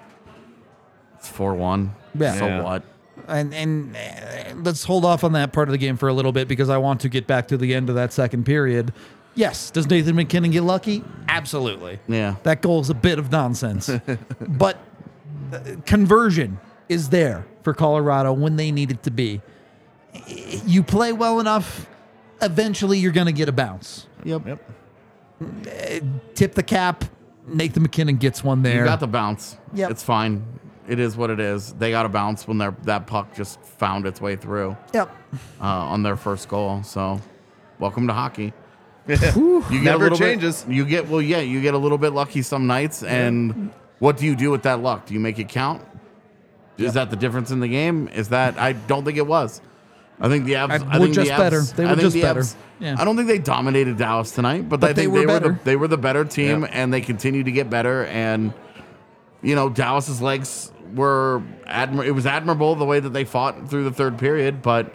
[SPEAKER 3] it's four one.
[SPEAKER 1] Yeah.
[SPEAKER 3] So
[SPEAKER 2] Yeah.
[SPEAKER 3] what?
[SPEAKER 1] and and uh, let's hold off on that part of the game for a little bit because I want to get back to the end of that second period. Yes, does Nathan McKinnon get lucky? Absolutely.
[SPEAKER 3] Yeah.
[SPEAKER 1] That goal is a bit of nonsense, but uh, conversion is there for Colorado when they need it to be. You play well enough, eventually you're going to get a bounce.
[SPEAKER 3] Yep.
[SPEAKER 1] Tip the cap. Nathan McKinnon gets one there.
[SPEAKER 3] You got the bounce.
[SPEAKER 1] Yep.
[SPEAKER 3] It's fine. It is what it is. They got a bounce when their that puck just found its way through
[SPEAKER 1] yep.
[SPEAKER 3] uh, on their first goal. So, welcome to hockey. You get a
[SPEAKER 2] Never
[SPEAKER 3] little bit-
[SPEAKER 2] changes.
[SPEAKER 3] you get well, yeah. You get a little bit lucky some nights, and what do you do with that luck? Do you make it count? Is that the difference in the game? Is that I don't think it was. I think the Avs.
[SPEAKER 1] I-
[SPEAKER 3] I,
[SPEAKER 1] we're
[SPEAKER 3] think
[SPEAKER 1] just
[SPEAKER 3] the Avs,
[SPEAKER 1] better. They
[SPEAKER 3] I
[SPEAKER 1] were
[SPEAKER 3] think
[SPEAKER 1] just
[SPEAKER 3] the
[SPEAKER 1] better.
[SPEAKER 3] Avs-
[SPEAKER 1] Yeah.
[SPEAKER 3] I don't think they dominated Dallas tonight, but, I
[SPEAKER 1] they
[SPEAKER 3] think
[SPEAKER 1] were
[SPEAKER 3] they were the
[SPEAKER 1] better.
[SPEAKER 3] they were the better team, and they continue to get better. And you know, Dallas's legs were admir- it was admirable the way that they fought through the third period, but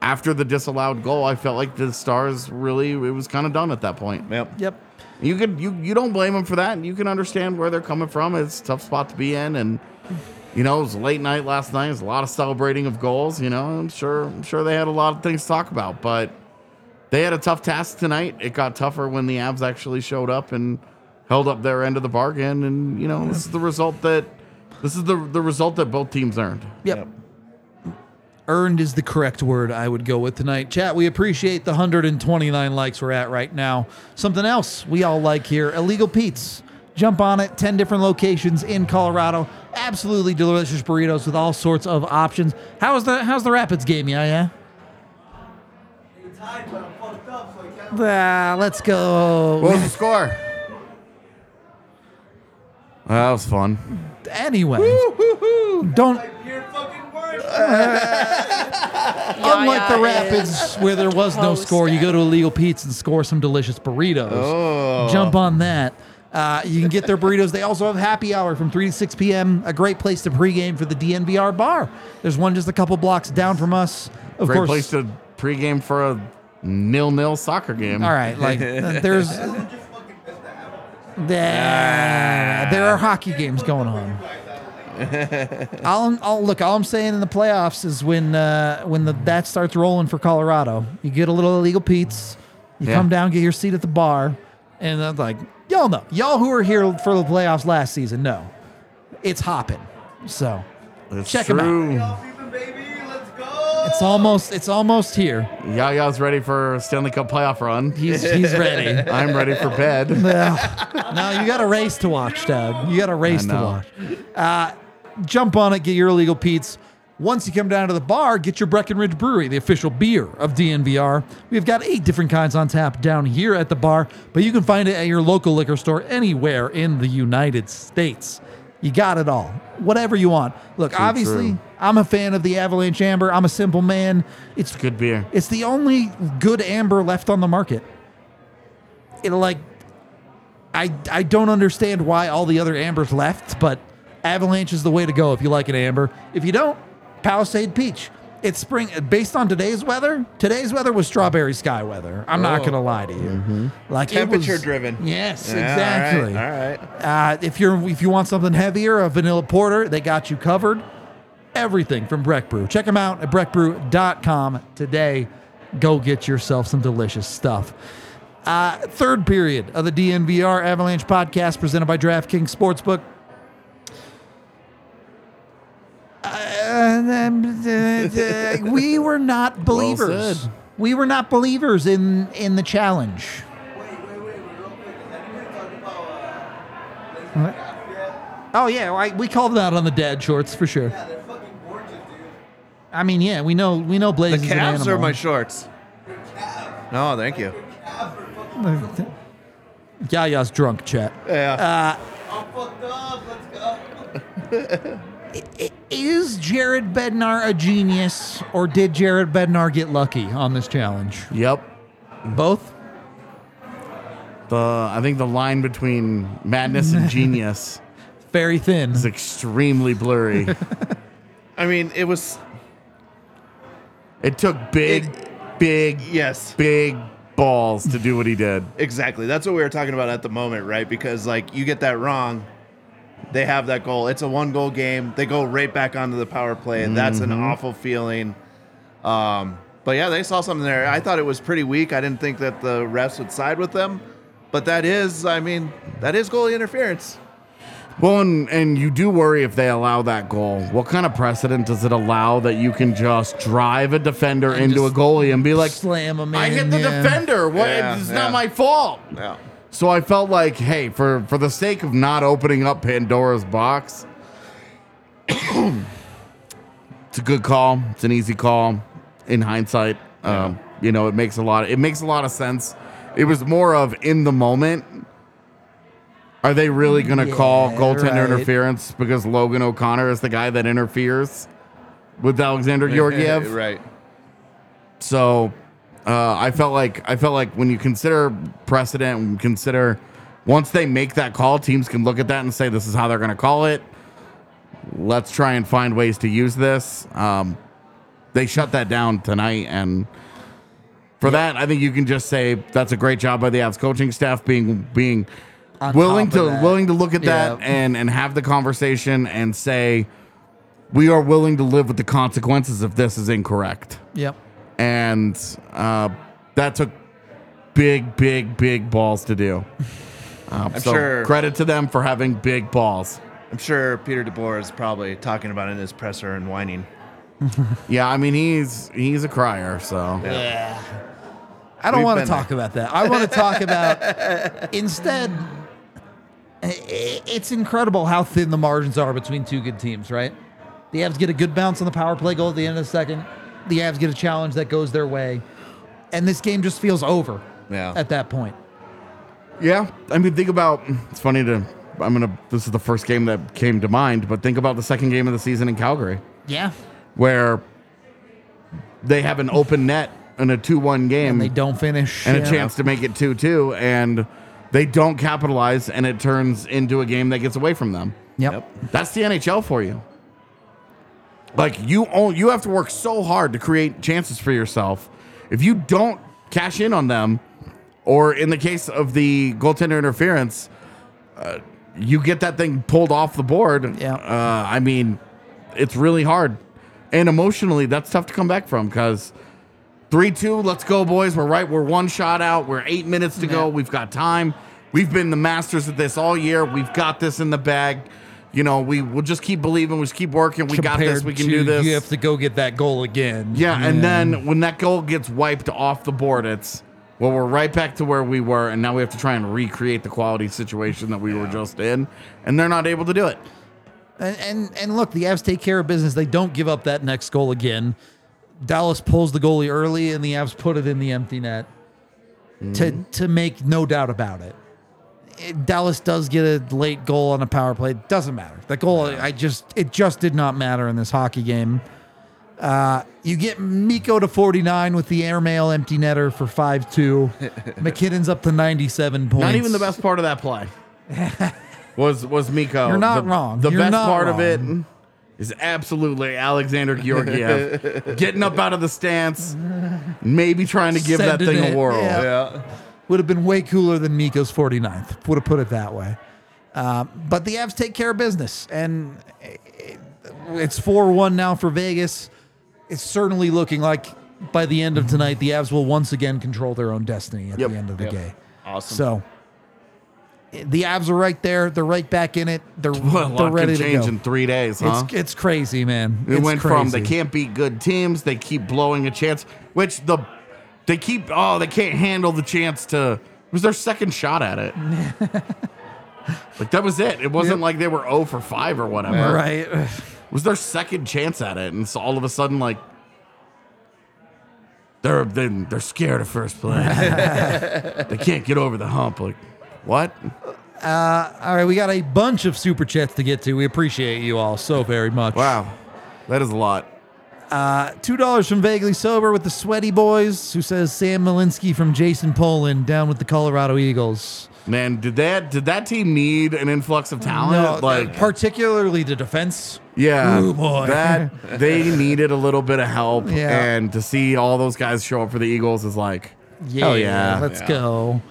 [SPEAKER 3] after the disallowed goal, I felt like the Stars really it was kind of done at that point.
[SPEAKER 2] Yep.
[SPEAKER 1] Yep.
[SPEAKER 3] You could you you don't blame them for that. and You can understand where they're coming from. It's a tough spot to be in, and you know it was late night last night. It was a lot of celebrating of goals. You know, I'm sure I'm sure they had a lot of things to talk about, but they had a tough task tonight. It got tougher when the Avs actually showed up and held up their end of the bargain. And you know, this is the result that this is the the result that both teams earned.
[SPEAKER 1] Yep.
[SPEAKER 2] Yep.
[SPEAKER 1] Earned is the correct word I would go with tonight. Chat, we appreciate the 129 likes we're at right now. Something else we all like here Illegal Pete's. Jump on it, 10 different locations in Colorado. Absolutely delicious burritos with all sorts of options. How's the how's the Rapids game, yeah, yeah? Ah, let's go.
[SPEAKER 3] What was the score? That was fun.
[SPEAKER 1] Anyway, don't. Unlike the Rapids, where there was no score, you go to Illegal Pete's and score some delicious burritos.
[SPEAKER 3] Oh.
[SPEAKER 1] Jump on that. Uh, you can get their burritos. They also have happy hour from 3 to 6 p.m. A great place to pregame for the DNVR bar. There's one just a couple blocks down from us. Of
[SPEAKER 3] Great
[SPEAKER 1] course.
[SPEAKER 3] place to pregame for a nil-nil soccer game.
[SPEAKER 1] All right, like uh, there's there, there are hockey games going on. I'll, I'll look. All I'm saying in the playoffs is when uh, when the that starts rolling for Colorado, you get a little illegal Pete's, you
[SPEAKER 3] Yeah.
[SPEAKER 1] come down, get your seat at the bar, and that's like y'all know, y'all who were here for the playoffs last season know, it's hopping. So
[SPEAKER 3] It's
[SPEAKER 1] Check 'em out.
[SPEAKER 3] out.
[SPEAKER 1] it's almost it's almost here.
[SPEAKER 3] Yaya's ready for a Stanley Cup playoff run.
[SPEAKER 1] He's he's ready.
[SPEAKER 3] I'm ready for bed.
[SPEAKER 1] Yeah. no, you got a race to watch, Doug. You got a race to
[SPEAKER 3] know.
[SPEAKER 1] watch. Uh, jump on it, get your illegal Pete's. Once you come down to the bar, get your Breckenridge Brewery, the official beer of DNVR. We've got eight different kinds on tap down here at the bar, but you can find it at your local liquor store anywhere in the United States. You got it all. Whatever you want. Look, obviously,
[SPEAKER 3] true.
[SPEAKER 1] I'm a fan of the Avalanche Amber. I'm a simple man. It's
[SPEAKER 3] Good beer.
[SPEAKER 1] it's the only good amber left on the market. It like I I don't understand why all the other ambers left, but Avalanche is the way to go if you like an amber. If you don't, Palisade Peach. It's spring based on today's weather. Today's weather was strawberry sky weather. I'm not
[SPEAKER 2] Oh. Mm-hmm.
[SPEAKER 1] gonna lie to you. Like it was-
[SPEAKER 2] Temperature driven.
[SPEAKER 1] Yes,
[SPEAKER 2] Yeah,
[SPEAKER 1] exactly.
[SPEAKER 2] All right. all right.
[SPEAKER 1] Uh, if you're if you want something heavier, a vanilla porter, they got you covered. Everything from Breck Brew. Check them out at breckbrew.com today. Go get yourself some delicious stuff. Uh, third period of the DNVR Avalanche podcast presented by DraftKings Sportsbook. Uh, we were not believers.
[SPEAKER 3] said.
[SPEAKER 1] we were not believers in in the challenge. Oh yeah, I, we called them out on the dad shorts for sure. I mean, yeah, we know we know Blaze
[SPEAKER 2] The
[SPEAKER 1] is an
[SPEAKER 2] calves are
[SPEAKER 1] animal.
[SPEAKER 2] my shorts. No, thank you.
[SPEAKER 1] Uh, Yaya's drunk, chat.
[SPEAKER 2] Yeah.
[SPEAKER 1] I- Is Jared Bednar a genius, or did Jared Bednar get lucky on this challenge?
[SPEAKER 3] Yep.
[SPEAKER 1] Both.
[SPEAKER 3] The I think the line between madness and genius
[SPEAKER 1] Very thin.
[SPEAKER 3] is extremely blurry.
[SPEAKER 2] I mean, it was
[SPEAKER 3] It took big, big,
[SPEAKER 2] yes.
[SPEAKER 3] big balls to do what he did.
[SPEAKER 2] Exactly. That's what we were talking about at the moment, right? Because like you get that wrong, they have that goal. It's a one goal game. They go right back onto the power play, and that's
[SPEAKER 1] Mm-hmm.
[SPEAKER 2] an awful feeling. Um, but yeah, they saw something there. I thought it was pretty weak. I didn't think that the refs would side with them. But that is, I mean, that is goalie interference.
[SPEAKER 3] Well, and, and you do worry if they allow that goal. What kind of precedent does it allow that you can just drive a defender into a
[SPEAKER 1] just
[SPEAKER 3] goalie and be like,
[SPEAKER 1] slam him
[SPEAKER 3] I
[SPEAKER 1] in,
[SPEAKER 3] hit the
[SPEAKER 1] yeah.
[SPEAKER 3] defender. What?
[SPEAKER 2] Yeah,
[SPEAKER 3] it's
[SPEAKER 2] yeah.
[SPEAKER 3] not my fault.
[SPEAKER 2] Yeah.
[SPEAKER 3] So I felt like, hey, for for the sake of not opening up Pandora's box, it's a good call. It's an easy call. In hindsight, um, you know, it makes a lot. It makes a lot of sense. It was more of in the moment. Are they really going to call
[SPEAKER 1] Yeah,
[SPEAKER 3] goaltender
[SPEAKER 1] right.
[SPEAKER 3] interference because Logan O'Connor is the guy that interferes with Alexander Georgiev?
[SPEAKER 2] right.
[SPEAKER 3] So uh, I felt like I felt like when you consider precedent, when you consider once they make that call, teams can look at that and say this is how they're going to call it. Let's try and find ways to use this. Um, they shut that down tonight, and for that, I think you can just say that's a great job by the Avs coaching staff being being
[SPEAKER 1] On
[SPEAKER 3] willing
[SPEAKER 1] top
[SPEAKER 3] to
[SPEAKER 1] of that.
[SPEAKER 3] willing to look at that
[SPEAKER 1] Yeah.
[SPEAKER 3] and and have the conversation and say we are willing to live with the consequences if this is incorrect
[SPEAKER 1] Yep.
[SPEAKER 3] and uh, that took big, big, big balls to do. Um, so
[SPEAKER 2] sure.
[SPEAKER 3] credit to them for having big balls.
[SPEAKER 2] I'm sure Peter DeBoer is probably talking about it in his presser and whining.
[SPEAKER 3] Yeah, I mean he's he's a crier, so
[SPEAKER 1] I don't
[SPEAKER 2] We've
[SPEAKER 1] want to
[SPEAKER 2] been
[SPEAKER 1] talk about that. I want to talk about instead. i- i- It's incredible how thin the margins are between two good teams, right? The Avs get a good bounce on the power play goal at the end of the second. The Avs get a challenge that goes their way, and this game just feels over
[SPEAKER 2] Yeah.
[SPEAKER 1] at that point.
[SPEAKER 3] yeah. I mean, think about it's funny to I'm gonna this is the first game that came to mind, but think about the second game of the season in Calgary
[SPEAKER 1] Yeah,
[SPEAKER 3] where they have an open net in a two-one game
[SPEAKER 1] and they don't finish.
[SPEAKER 3] and
[SPEAKER 1] yeah.
[SPEAKER 3] a chance to make it 2 2. And they don't capitalize, and it turns into a game that gets away from them.
[SPEAKER 1] Yep.
[SPEAKER 3] That's the NHL for you. Like you own, you have to work so hard to create chances for yourself. If you don't cash in on them, or in the case of the goaltender interference, uh, you get that thing pulled off the board.
[SPEAKER 1] Yeah.
[SPEAKER 3] Uh, I mean, it's really hard, and emotionally, that's tough to come back from because. 3 2, let's go, boys. We're right. We're one shot out. We're eight minutes to go. We've got time. We've been the masters at this all year. We've got this in the bag. You know, we, we'll just keep believing. We'll just keep working. We got this.
[SPEAKER 1] Compared
[SPEAKER 3] We can
[SPEAKER 1] to
[SPEAKER 3] do this.
[SPEAKER 1] You have to go get that goal again.
[SPEAKER 3] yeah. And then when that goal gets wiped off the board, it's, well, we're right back to where we were. And now we have to try and recreate the quality situation that we were just in. And they're not able to do it.
[SPEAKER 1] And, and and look, the Avs take care of business. They don't give up that next goal again. Dallas pulls the goalie early, and the Avs put it in the empty net
[SPEAKER 3] Mm-hmm.
[SPEAKER 1] to to make no doubt about it. It- Dallas does get a late goal on a power play. It doesn't matter. That goal, I just it just did not matter in this hockey game. Uh, you get Miko to 49 with the airmail empty netter for 5 2. McKinnon's up to 97 points.
[SPEAKER 3] Not even the best part of that play was was Miko.
[SPEAKER 1] You're not
[SPEAKER 3] the,
[SPEAKER 1] wrong.
[SPEAKER 3] The
[SPEAKER 1] You're
[SPEAKER 3] best
[SPEAKER 1] not
[SPEAKER 3] part of it
[SPEAKER 1] wrong.
[SPEAKER 3] is absolutely Alexander Georgiev getting up out of the stance, maybe trying to give that
[SPEAKER 1] Sending
[SPEAKER 3] thing
[SPEAKER 1] it.
[SPEAKER 3] a whirl.
[SPEAKER 1] Yeah. would have been way cooler than Miko's 49th. Would have put it that way. Um, but the Avs take care of business, and it's 4 1 now for Vegas. It's certainly looking like by the end of tonight, the Avs will once again control their own destiny at
[SPEAKER 3] Mm-hmm. Yep.
[SPEAKER 1] the end of the game.
[SPEAKER 2] Awesome.
[SPEAKER 1] So the Avs are right there. They're right back in it. They're,
[SPEAKER 3] What a
[SPEAKER 1] they're
[SPEAKER 3] lot
[SPEAKER 1] ready
[SPEAKER 3] can
[SPEAKER 1] to
[SPEAKER 3] change
[SPEAKER 1] go.
[SPEAKER 3] in three days, huh?
[SPEAKER 1] It's, it's crazy, man.
[SPEAKER 3] It
[SPEAKER 1] it's
[SPEAKER 3] went
[SPEAKER 1] crazy.
[SPEAKER 3] from they can't beat good teams, they keep blowing a chance, which the they keep oh they can't handle the chance to it was their second shot at it. like that was it. It wasn't like they were 0 for 5 or whatever.
[SPEAKER 1] Right.
[SPEAKER 3] It was their second chance at it, and so all of a sudden like they're they, they're scared of first place. they can't get over the hump. Like what?
[SPEAKER 1] Uh, all right, we got a bunch of super chats to get to. We appreciate you all so very much.
[SPEAKER 3] Wow, that is a lot.
[SPEAKER 1] Two dollars from Vaguely Sober with the Sweaty Boys, who says Sam Malinsky from Jason Poland down with the Colorado Eagles.
[SPEAKER 3] Man, did that did that team need an influx of
[SPEAKER 1] No,
[SPEAKER 3] talent? like,
[SPEAKER 1] particularly the defense.
[SPEAKER 3] yeah,
[SPEAKER 1] Ooh, boy.
[SPEAKER 3] that they needed a little bit of help,
[SPEAKER 1] Yeah.
[SPEAKER 3] and to see all those guys show up for the Eagles is like,
[SPEAKER 1] Yeah,
[SPEAKER 3] hell yeah,
[SPEAKER 1] let's go.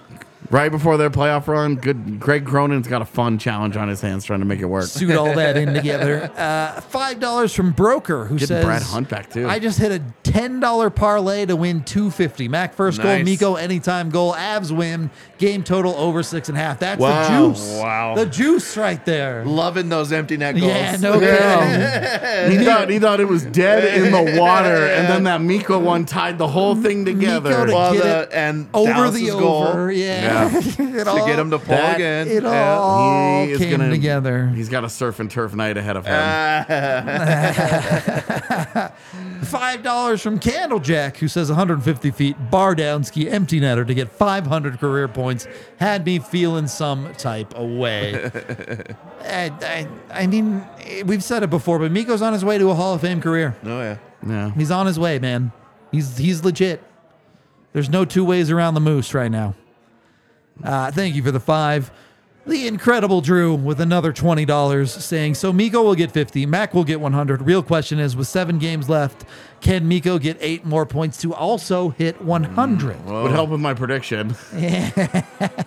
[SPEAKER 3] Right before their playoff run, good. Greg Cronin's got a fun challenge on his hands trying to make it work.
[SPEAKER 1] Suit all that in together. Uh, Five dollars from Broker, who
[SPEAKER 3] Get
[SPEAKER 1] says
[SPEAKER 3] Brad Hunt back, too.
[SPEAKER 1] I just hit a ten dollar parlay to win two fifty. Mac first goal,
[SPEAKER 2] Nice.
[SPEAKER 1] Nico anytime goal, Avs win. Game total over six and a half. That's
[SPEAKER 3] Wow.
[SPEAKER 1] the juice.
[SPEAKER 2] Wow.
[SPEAKER 1] the juice right there.
[SPEAKER 2] Loving those empty net goals.
[SPEAKER 1] Yeah, no
[SPEAKER 3] he thought he thought it was dead in the water, and then that Miko one tied the whole thing together.
[SPEAKER 1] to
[SPEAKER 2] Well,
[SPEAKER 1] get
[SPEAKER 2] the-
[SPEAKER 1] it
[SPEAKER 2] and
[SPEAKER 1] over
[SPEAKER 2] Dallas's
[SPEAKER 1] the
[SPEAKER 2] goal
[SPEAKER 1] over. Yeah, it
[SPEAKER 2] to
[SPEAKER 1] all,
[SPEAKER 2] get him to plug
[SPEAKER 3] That-
[SPEAKER 2] in.
[SPEAKER 1] it
[SPEAKER 2] Yeah.
[SPEAKER 1] all- came together.
[SPEAKER 3] He's got a surf and turf night ahead of him.
[SPEAKER 2] Uh, Oh,
[SPEAKER 1] five dollars from Candlejack, who says 150 feet bar down ski empty netter to get 500 career points. Had me feeling some type of way. I, I, I mean, eh, we've said it before, but Miko's on his way to a Hall of Fame career.
[SPEAKER 2] Oh yeah.
[SPEAKER 3] yeah.
[SPEAKER 1] He's on his way, man. He's he's legit. There's no two ways around the moose right now. Uh, thank you for the five. The incredible Drew with another twenty dollars, saying so. Miko will get fifty. Mac will get one hundred. Real question is, with seven games left, can Miko get eight more points to also hit one hundred?
[SPEAKER 2] Mm,
[SPEAKER 3] Would help with my prediction.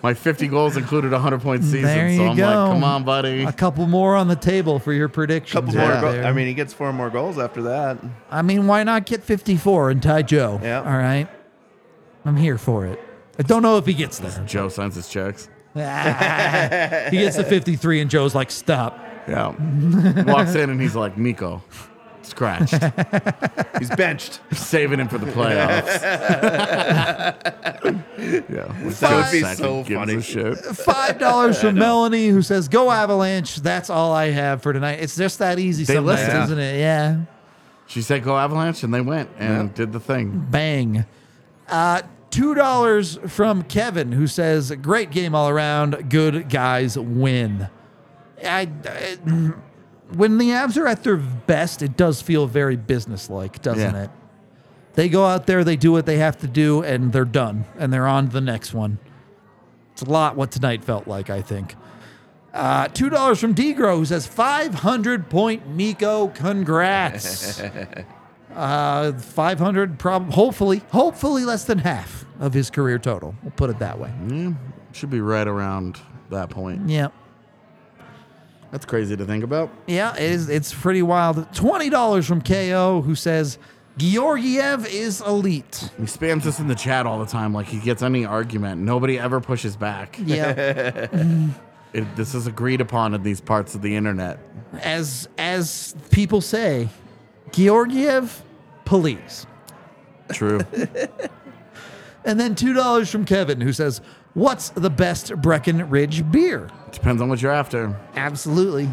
[SPEAKER 3] my 50 goals included a 100 point season,
[SPEAKER 1] There
[SPEAKER 3] so
[SPEAKER 1] you
[SPEAKER 3] I'm
[SPEAKER 1] go.
[SPEAKER 3] like, come on, buddy.
[SPEAKER 1] A couple more on the table for your predictions.
[SPEAKER 2] Couple
[SPEAKER 1] right
[SPEAKER 2] more. Go-
[SPEAKER 1] there.
[SPEAKER 2] I mean, he gets four more goals after that.
[SPEAKER 1] I mean, why not get 54 and tie Joe?
[SPEAKER 2] Yeah.
[SPEAKER 1] All right. I'm here for it. I don't know if he gets there.
[SPEAKER 3] Joe signs his checks.
[SPEAKER 1] he gets to 53 and joe's like stop
[SPEAKER 3] Yeah. Walks in and he's like, Miko, scratched.
[SPEAKER 2] He's benched.
[SPEAKER 3] saving him for the playoffs. yeah, with
[SPEAKER 2] That
[SPEAKER 3] Joe
[SPEAKER 2] would be
[SPEAKER 3] Sakic
[SPEAKER 2] so
[SPEAKER 3] gives
[SPEAKER 2] funny.
[SPEAKER 3] a shit.
[SPEAKER 1] five dollars from melanie who says go avalanche that's all i have for tonight it's just that easy
[SPEAKER 3] They
[SPEAKER 1] sometimes
[SPEAKER 3] listen.
[SPEAKER 1] isn't it yeah
[SPEAKER 3] She said, "Go Avalanche," and they went and did the thing.
[SPEAKER 1] bang uh two dollars from kevin who says great game all around good guys win I, I- when the abs are at their best it does feel very businesslike doesn't
[SPEAKER 3] Yeah.
[SPEAKER 1] it they go out there they do what they have to do and they're done and they're on to the next one It's a lot what tonight felt like, I think. Uh, Two dollars from Degro who says five hundred point Miko. Congrats. uh, five hundred, prob- hopefully, hopefully less than half of his career total. We'll put it that way.
[SPEAKER 3] Yeah, should be right around that point.
[SPEAKER 1] Yeah,
[SPEAKER 3] That's crazy to think about.
[SPEAKER 1] yeah, it is. It's pretty wild. Twenty dollars from Ko who says Georgiev is elite.
[SPEAKER 3] He spams us in the chat all the time, like he gets any argument. Nobody ever pushes back.
[SPEAKER 1] Yeah.
[SPEAKER 3] It, this is agreed upon in these parts of the internet.
[SPEAKER 1] as as people say, Georgiev, police.
[SPEAKER 3] True.
[SPEAKER 1] And then two dollars from Kevin, who says, "What's the best Breckenridge beer?"
[SPEAKER 3] Depends on what you're after.
[SPEAKER 1] Absolutely,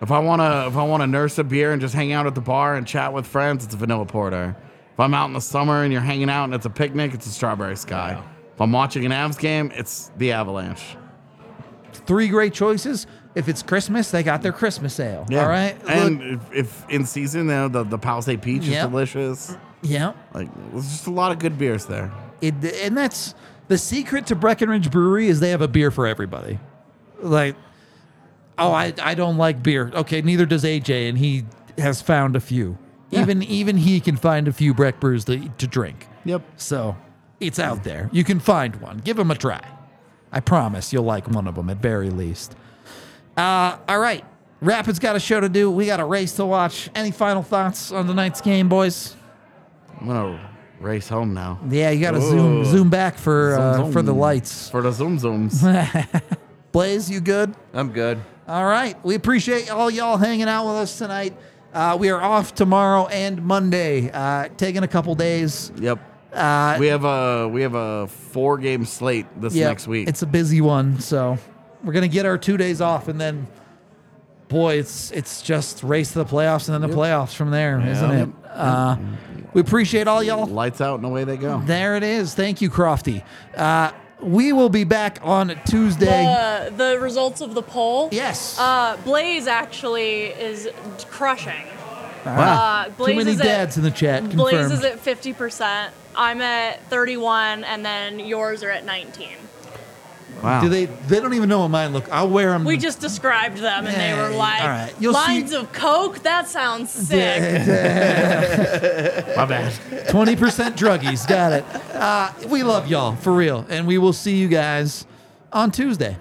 [SPEAKER 3] If I wanna if I wanna nurse a beer and just hang out at the bar and chat with friends, it's a vanilla porter. If I'm out in the summer and you're hanging out and it's a picnic, it's a strawberry sky. If I'm watching an Avs game, it's the Avalanche.
[SPEAKER 1] three great choices. If it's Christmas, they got their Christmas ale. All right,
[SPEAKER 3] And
[SPEAKER 1] Look-
[SPEAKER 3] if, if in season though, the the Palisade peach
[SPEAKER 1] Yeah.
[SPEAKER 3] is delicious.
[SPEAKER 1] yeah,
[SPEAKER 3] Like there's just a lot of good beers there.
[SPEAKER 1] it, and that's the secret to Breckenridge Brewery is they have a beer for everybody. Like, oh, I I don't like beer. Okay, neither does AJ, and he has found a few. Even even he can find a few Breck brews to, to drink.
[SPEAKER 3] Yep.
[SPEAKER 1] So it's out there. You can find one. Give them a try. I promise you'll like one of them at very least. Uh, all right. Rapids got a show to do. We got a race to watch. Any final thoughts on tonight's game, boys?
[SPEAKER 3] I'm gonna race home now.
[SPEAKER 1] Yeah, you got to zoom zoom back for
[SPEAKER 3] Zoom,
[SPEAKER 1] uh,
[SPEAKER 3] zoom.
[SPEAKER 1] for the lights.
[SPEAKER 3] For the zoom zooms.
[SPEAKER 1] Blaze, you good?
[SPEAKER 2] I'm good.
[SPEAKER 1] All right. We appreciate all y'all hanging out with us tonight. Uh, we are off tomorrow and Monday. Uh, taking a couple days.
[SPEAKER 3] yep.
[SPEAKER 1] Uh,
[SPEAKER 3] We have a we have a four game slate this
[SPEAKER 1] Yeah,
[SPEAKER 3] next week.
[SPEAKER 1] It's a busy one, so we're gonna get our two days off, and then, boy, it's it's just race to the playoffs, and then the playoffs from there, not it? Uh, we appreciate all y'all.
[SPEAKER 3] Lights out and away they go.
[SPEAKER 1] There it is. Thank you, Crofty. Uh, We will be back on Tuesday.
[SPEAKER 5] The, Uh, the results of the poll.
[SPEAKER 1] Yes.
[SPEAKER 5] Uh, Blaze actually is crushing.
[SPEAKER 1] Wow.
[SPEAKER 5] Uh,
[SPEAKER 1] Too
[SPEAKER 5] Blaze
[SPEAKER 1] many
[SPEAKER 5] is
[SPEAKER 1] dads
[SPEAKER 5] at,
[SPEAKER 1] in the chat.
[SPEAKER 5] Blaze
[SPEAKER 1] Confirmed.
[SPEAKER 5] is at 50%. I'm at 31, and then yours are at 19.
[SPEAKER 3] Wow.
[SPEAKER 1] Do they? They don't even know what mine look. I'll wear them.
[SPEAKER 5] We just described them, and they
[SPEAKER 1] Hey,
[SPEAKER 5] were like,
[SPEAKER 1] Hmm. all right. You'll
[SPEAKER 5] lines
[SPEAKER 1] see-
[SPEAKER 5] of coke? That sounds sick.
[SPEAKER 3] My bad.
[SPEAKER 1] Twenty percent druggies. Got it. Uh, we love y'all for real, and we will see you guys on Tuesday.